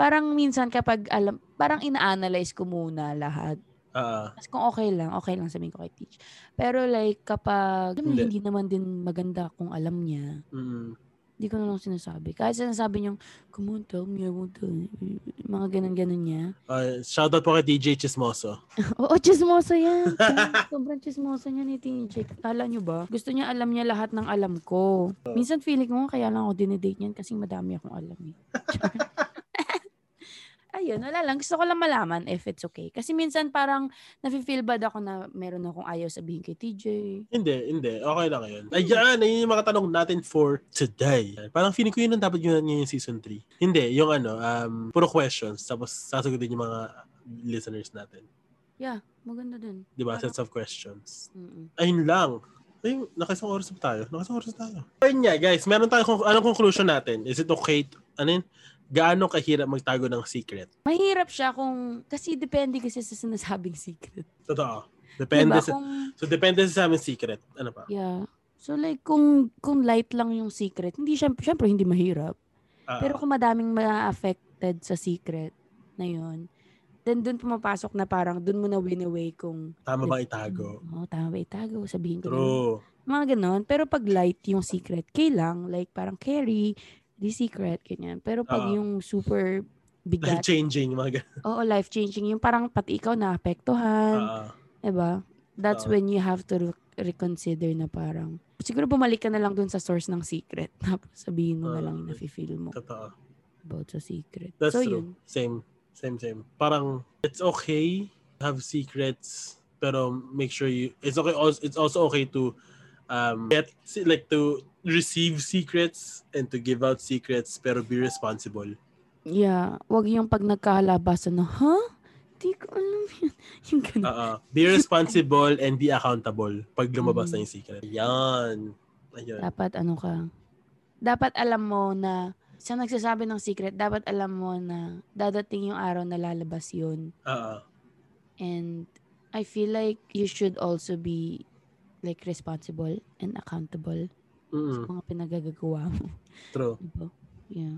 [SPEAKER 2] parang minsan kapag alam, parang ina-analyze ko muna lahat.
[SPEAKER 1] Ah, ah.
[SPEAKER 2] Tapos kung okay lang, okay lang sabihin ko kay TJ. Pero like, kapag, alam mo,
[SPEAKER 1] Hindi.
[SPEAKER 2] hindi naman din maganda kung alam niya,
[SPEAKER 1] Mm.
[SPEAKER 2] hindi ko na lang sinasabi. Kahit sinasabi niyang, come on, tell me, I want to. Mga ganun-ganun niya.
[SPEAKER 1] Ah, shoutout po kay DJ Chismoso.
[SPEAKER 2] Oo, chismoso yan. Sobrang- Sobrang chismoso niya ni TJ. Kala niyo ba? Gusto niya alam niya lahat ng alam ko. Minsan feeling ko kaya lang ako dinedate niyan kasi madami akong alam eh. Ayun, wala lang. Gusto ko lang malaman if it's okay. Kasi minsan parang nafe-feel bad ako na meron akong ayaw sabihin kay TJ.
[SPEAKER 1] Hindi, hindi. Okay lang yun. Ayan, ayun yung mga tanong natin for today. Parang feeling ko yun ang dapat yun yun yung season 3. Hindi, yung ano, um, puro questions. Tapos sasagutin yung mga listeners natin.
[SPEAKER 2] Maganda din.
[SPEAKER 1] Di ba?
[SPEAKER 2] Parang-
[SPEAKER 1] Sets of questions.
[SPEAKER 2] Mm-mm.
[SPEAKER 1] Ayun lang. Ayun, nakisang oras na tayo. Nakisang oras na tayo. Ayun nga, guys. Meron tayo, kung, anong conclusion natin? Is it okay? to- ano yun? Gaano kahirap magtago ng secret?
[SPEAKER 2] Mahirap siya kung... Kasi depende kasi sa sinasabing secret.
[SPEAKER 1] Totoo. Depende
[SPEAKER 2] Diba?
[SPEAKER 1] sa,
[SPEAKER 2] Kung,
[SPEAKER 1] so, depende sa aming secret. Ano pa?
[SPEAKER 2] yeah. So like, kung, kung light lang yung secret, hindi siya, syempre hindi mahirap.
[SPEAKER 1] Ah,
[SPEAKER 2] Pero kung madaming ma-affected sa secret na yun, then dun pumapasok na parang dun mo na win away kung
[SPEAKER 1] tama ba itago?
[SPEAKER 2] Oo, tama ba itago? Sabihin ko na lang.
[SPEAKER 1] True.
[SPEAKER 2] Mga ganon. Pero pag light yung secret, kay lang. Like parang carry, di secret, ganyan. Pero pag
[SPEAKER 1] Ah.
[SPEAKER 2] yung super bigat,
[SPEAKER 1] Life-changing, mga ganun.
[SPEAKER 2] oo, life-changing. Yung parang pati ikaw naapektuhan.
[SPEAKER 1] Ah,
[SPEAKER 2] Diba? That's
[SPEAKER 1] Oo.
[SPEAKER 2] when you have to re- reconsider na parang, siguro bumalik ka na lang dun sa source ng secret. Tapos sabihin mo na
[SPEAKER 1] Oo.
[SPEAKER 2] lang yung nafe-feel mo
[SPEAKER 1] totoo.
[SPEAKER 2] about sa secret.
[SPEAKER 1] Ah. That's
[SPEAKER 2] so, yun.
[SPEAKER 1] true. Same. Same, same. Parang, it's okay to have secrets, pero make sure you, it's okay, also, it's also okay to um, get, se- like, to receive secrets and to give out secrets, pero be responsible.
[SPEAKER 2] Yeah. Wag yung pag nagkahalabasan na, ha? Di ko alam yun. Yung ganun.
[SPEAKER 1] Uh, be responsible and be accountable pag lumabas na
[SPEAKER 2] Mm.
[SPEAKER 1] yung secret. Yan. Ayun.
[SPEAKER 2] Dapat ano ka. Dapat alam mo na sa nagsasabi ng secret, dapat alam mo na dadating yung araw na lalabas yun.
[SPEAKER 1] Oo.
[SPEAKER 2] And I feel like you should also be like responsible and accountable sa
[SPEAKER 1] Mm,
[SPEAKER 2] mga pinagagagawa mo.
[SPEAKER 1] true.
[SPEAKER 2] Diba? Yeah.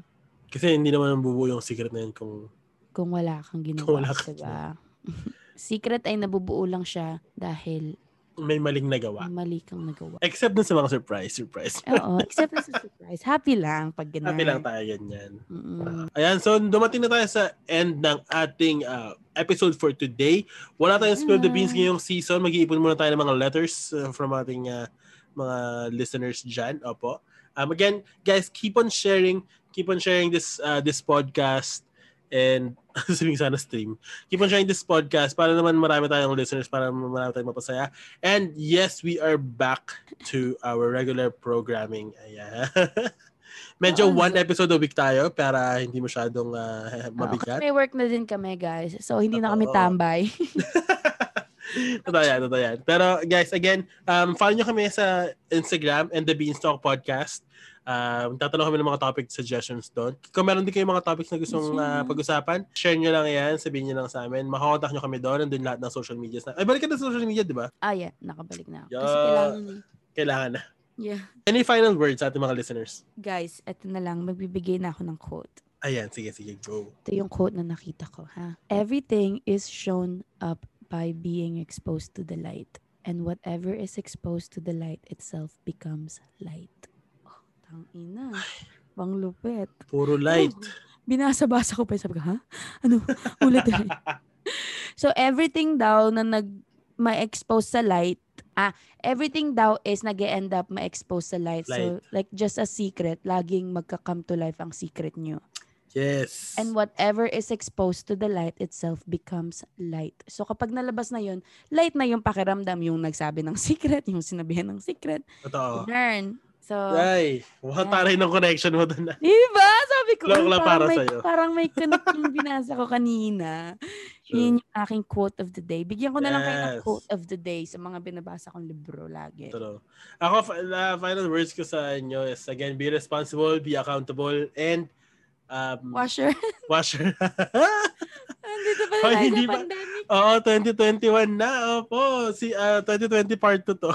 [SPEAKER 1] Kasi hindi naman bubuo yung secret na yun kung
[SPEAKER 2] Kung wala kang ginawa.
[SPEAKER 1] Kung wala ka-
[SPEAKER 2] diba? Secret ay nabubuo lang siya dahil
[SPEAKER 1] may maling nagawa.
[SPEAKER 2] may mali kang nagawa.
[SPEAKER 1] Except na sa mga surprise, surprise.
[SPEAKER 2] Oo, except na sa surprise. Happy lang pag ganun.
[SPEAKER 1] Happy lang tayo ganyan.
[SPEAKER 2] Mm-mm.
[SPEAKER 1] Ayan, so dumating na tayo sa end ng ating ah, episode for today. Wala tayong spill the beans ngayong season. Mag-iipon muna tayo ng mga letters ah, from ating ah, mga listeners dyan. Opo. Um, again, guys, keep on sharing. Keep on sharing this ah, this podcast and sabihin sana stream. Keep on sharing this podcast para naman marami tayong listeners, para marami tayong mapasaya. And yes, we are back to our regular programming. Ayan. Medyo
[SPEAKER 2] Oo,
[SPEAKER 1] one episode a week tayo para hindi masyadong ah,
[SPEAKER 2] Oo, kasi
[SPEAKER 1] mabigat.
[SPEAKER 2] may work na din kami, guys. So, hindi na kami
[SPEAKER 1] Oo.
[SPEAKER 2] tambay.
[SPEAKER 1] totoo yan, totoo yan. Pero guys, again, um, follow nyo kami sa Instagram and the Beanstalk Podcast. Um, tatanong kami ng mga topic suggestions doon. Kung meron din kayong mga topics na gustong
[SPEAKER 2] Yes, yeah.
[SPEAKER 1] ah, pag-usapan, share nyo lang yan, sabihin nyo lang sa amin. Makakontak nyo kami doon, nandun lahat ng social medias. Na. Ay, balik ka na sa social media, di ba?
[SPEAKER 2] ah, yeah. Nakabalik na ako. Kasi
[SPEAKER 1] Yeah.
[SPEAKER 2] kailangan eh.
[SPEAKER 1] Kailangan na.
[SPEAKER 2] Yeah.
[SPEAKER 1] Any final words sa ating mga listeners?
[SPEAKER 2] Guys, eto na lang. Magbibigay na ako ng quote.
[SPEAKER 1] Ayan, sige, sige, go.
[SPEAKER 2] Ito yung quote na nakita ko, ha? Everything is shown up by being exposed to the light. And whatever is exposed to the light itself becomes light. Oh, tang ina. Bang lupit.
[SPEAKER 1] Puro light.
[SPEAKER 2] Ano? Binasa-basa ko pa yun. Sabi ko, ha? Ano? Ulit ulit. so, everything daw na nag ma-expose sa light, ah, everything daw is nag end up ma-expose sa light. So, like, just a secret, laging magka-come to life ang secret nyo.
[SPEAKER 1] Yes.
[SPEAKER 2] And whatever is exposed to the light itself becomes light. So, kapag nalabas na yun, light na yung pakiramdam, yung nagsabi ng secret, yung sinabihan ng secret.
[SPEAKER 1] Totoo.
[SPEAKER 2] Oh. Learn. So,
[SPEAKER 1] Ay, wow,
[SPEAKER 2] Yan.
[SPEAKER 1] taray ng connection mo doon.
[SPEAKER 2] Diba? Sabi ko,
[SPEAKER 1] Joke
[SPEAKER 2] "Uy,
[SPEAKER 1] lang
[SPEAKER 2] parang,
[SPEAKER 1] para
[SPEAKER 2] may,
[SPEAKER 1] sa'yo."
[SPEAKER 2] parang may connect yung binasa ko kanina. Yun yung aking quote of the day. Bigyan ko na lang kayo ng
[SPEAKER 1] Yes.
[SPEAKER 2] quote of the day sa mga binabasa kong libro lagi.
[SPEAKER 1] Totoo. Ako, fi- la- final words ko sa inyo is, again, be responsible, be accountable, and um, wash, your...
[SPEAKER 2] Washer. Andito pa
[SPEAKER 1] Ay,
[SPEAKER 2] na tayo
[SPEAKER 1] hindi
[SPEAKER 2] sa
[SPEAKER 1] ba-
[SPEAKER 2] pandemic.
[SPEAKER 1] Oo, 2021 na. Opo, si ah, 2020 part 2 to.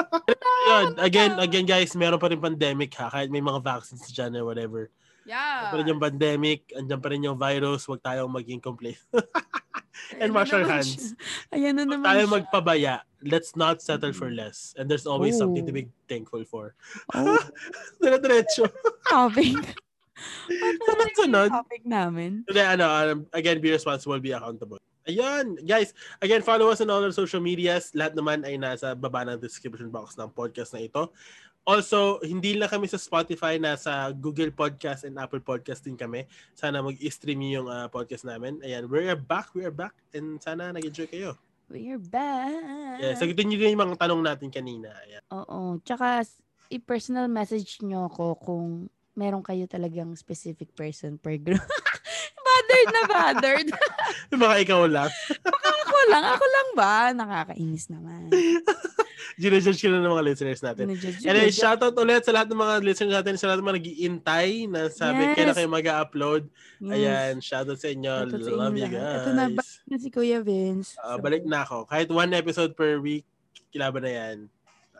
[SPEAKER 1] Yun, again, again guys, meron pa rin pandemic ha, kahit may mga vaccines dyan or whatever. Meron
[SPEAKER 2] Yeah.
[SPEAKER 1] pa rin yung pandemic, andyan pa rin yung virus, huwag tayong maging complacent. and
[SPEAKER 2] Ayan na
[SPEAKER 1] wash your
[SPEAKER 2] naman
[SPEAKER 1] hands.
[SPEAKER 2] siya. Ayan na
[SPEAKER 1] Huwag
[SPEAKER 2] naman
[SPEAKER 1] tayong
[SPEAKER 2] siya. Mm.
[SPEAKER 1] magpabaya. Let's not settle for less. And there's always something to be thankful for.
[SPEAKER 2] Oh,
[SPEAKER 1] Dire-diretso.
[SPEAKER 2] topic.
[SPEAKER 1] Sunod-sunod.
[SPEAKER 2] topic namin.
[SPEAKER 1] Hindi, ano, um, again, be responsible, be accountable. Ayan, guys. Again, follow us on all our social medias. Lahat naman ay nasa baba ng description box ng podcast na ito. Also, hindi lang kami sa Spotify, nasa Google Podcast and Apple Podcast din kami. Sana mag-stream yung ah, podcast namin. Ayan, we are back, we are back. And sana nag-enjoy kayo.
[SPEAKER 2] We're back.
[SPEAKER 1] Yeah, sagutin niyo din yung mga tanong natin kanina. Ayan.
[SPEAKER 2] Oo. Tsaka, s- i-personal message nyo ako kung meron kayo talagang specific person per group. bothered na bothered.
[SPEAKER 1] Yung mga ikaw lang.
[SPEAKER 2] ako lang. Ako lang ba? Nakakainis naman.
[SPEAKER 1] Ginajudge ka na ng mga listeners natin.
[SPEAKER 2] Ginajudge-
[SPEAKER 1] And then, shoutout ulit sa lahat ng mga listeners natin, sa lahat ng mga nag-iintay na sabi
[SPEAKER 2] Yes.
[SPEAKER 1] kailan kayo mag-upload.
[SPEAKER 2] Yes.
[SPEAKER 1] Ayan, shoutout sa inyo.
[SPEAKER 2] Shoutout sa inyo
[SPEAKER 1] Love you
[SPEAKER 2] lahat.
[SPEAKER 1] guys.
[SPEAKER 2] Ito na, balik na si Kuya Vince.
[SPEAKER 1] Ah, balik na ako. Kahit one episode per week, kilaban na yan.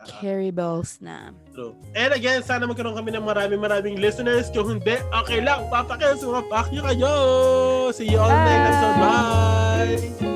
[SPEAKER 1] Ah,
[SPEAKER 2] Carry balls na.
[SPEAKER 1] true. And again, sana magkaroon kami ng marami maraming listeners. Kung hindi, okay lang. Papakil, sumapakyo kayo. See you all next
[SPEAKER 2] Bye!
[SPEAKER 1] episode. Bye!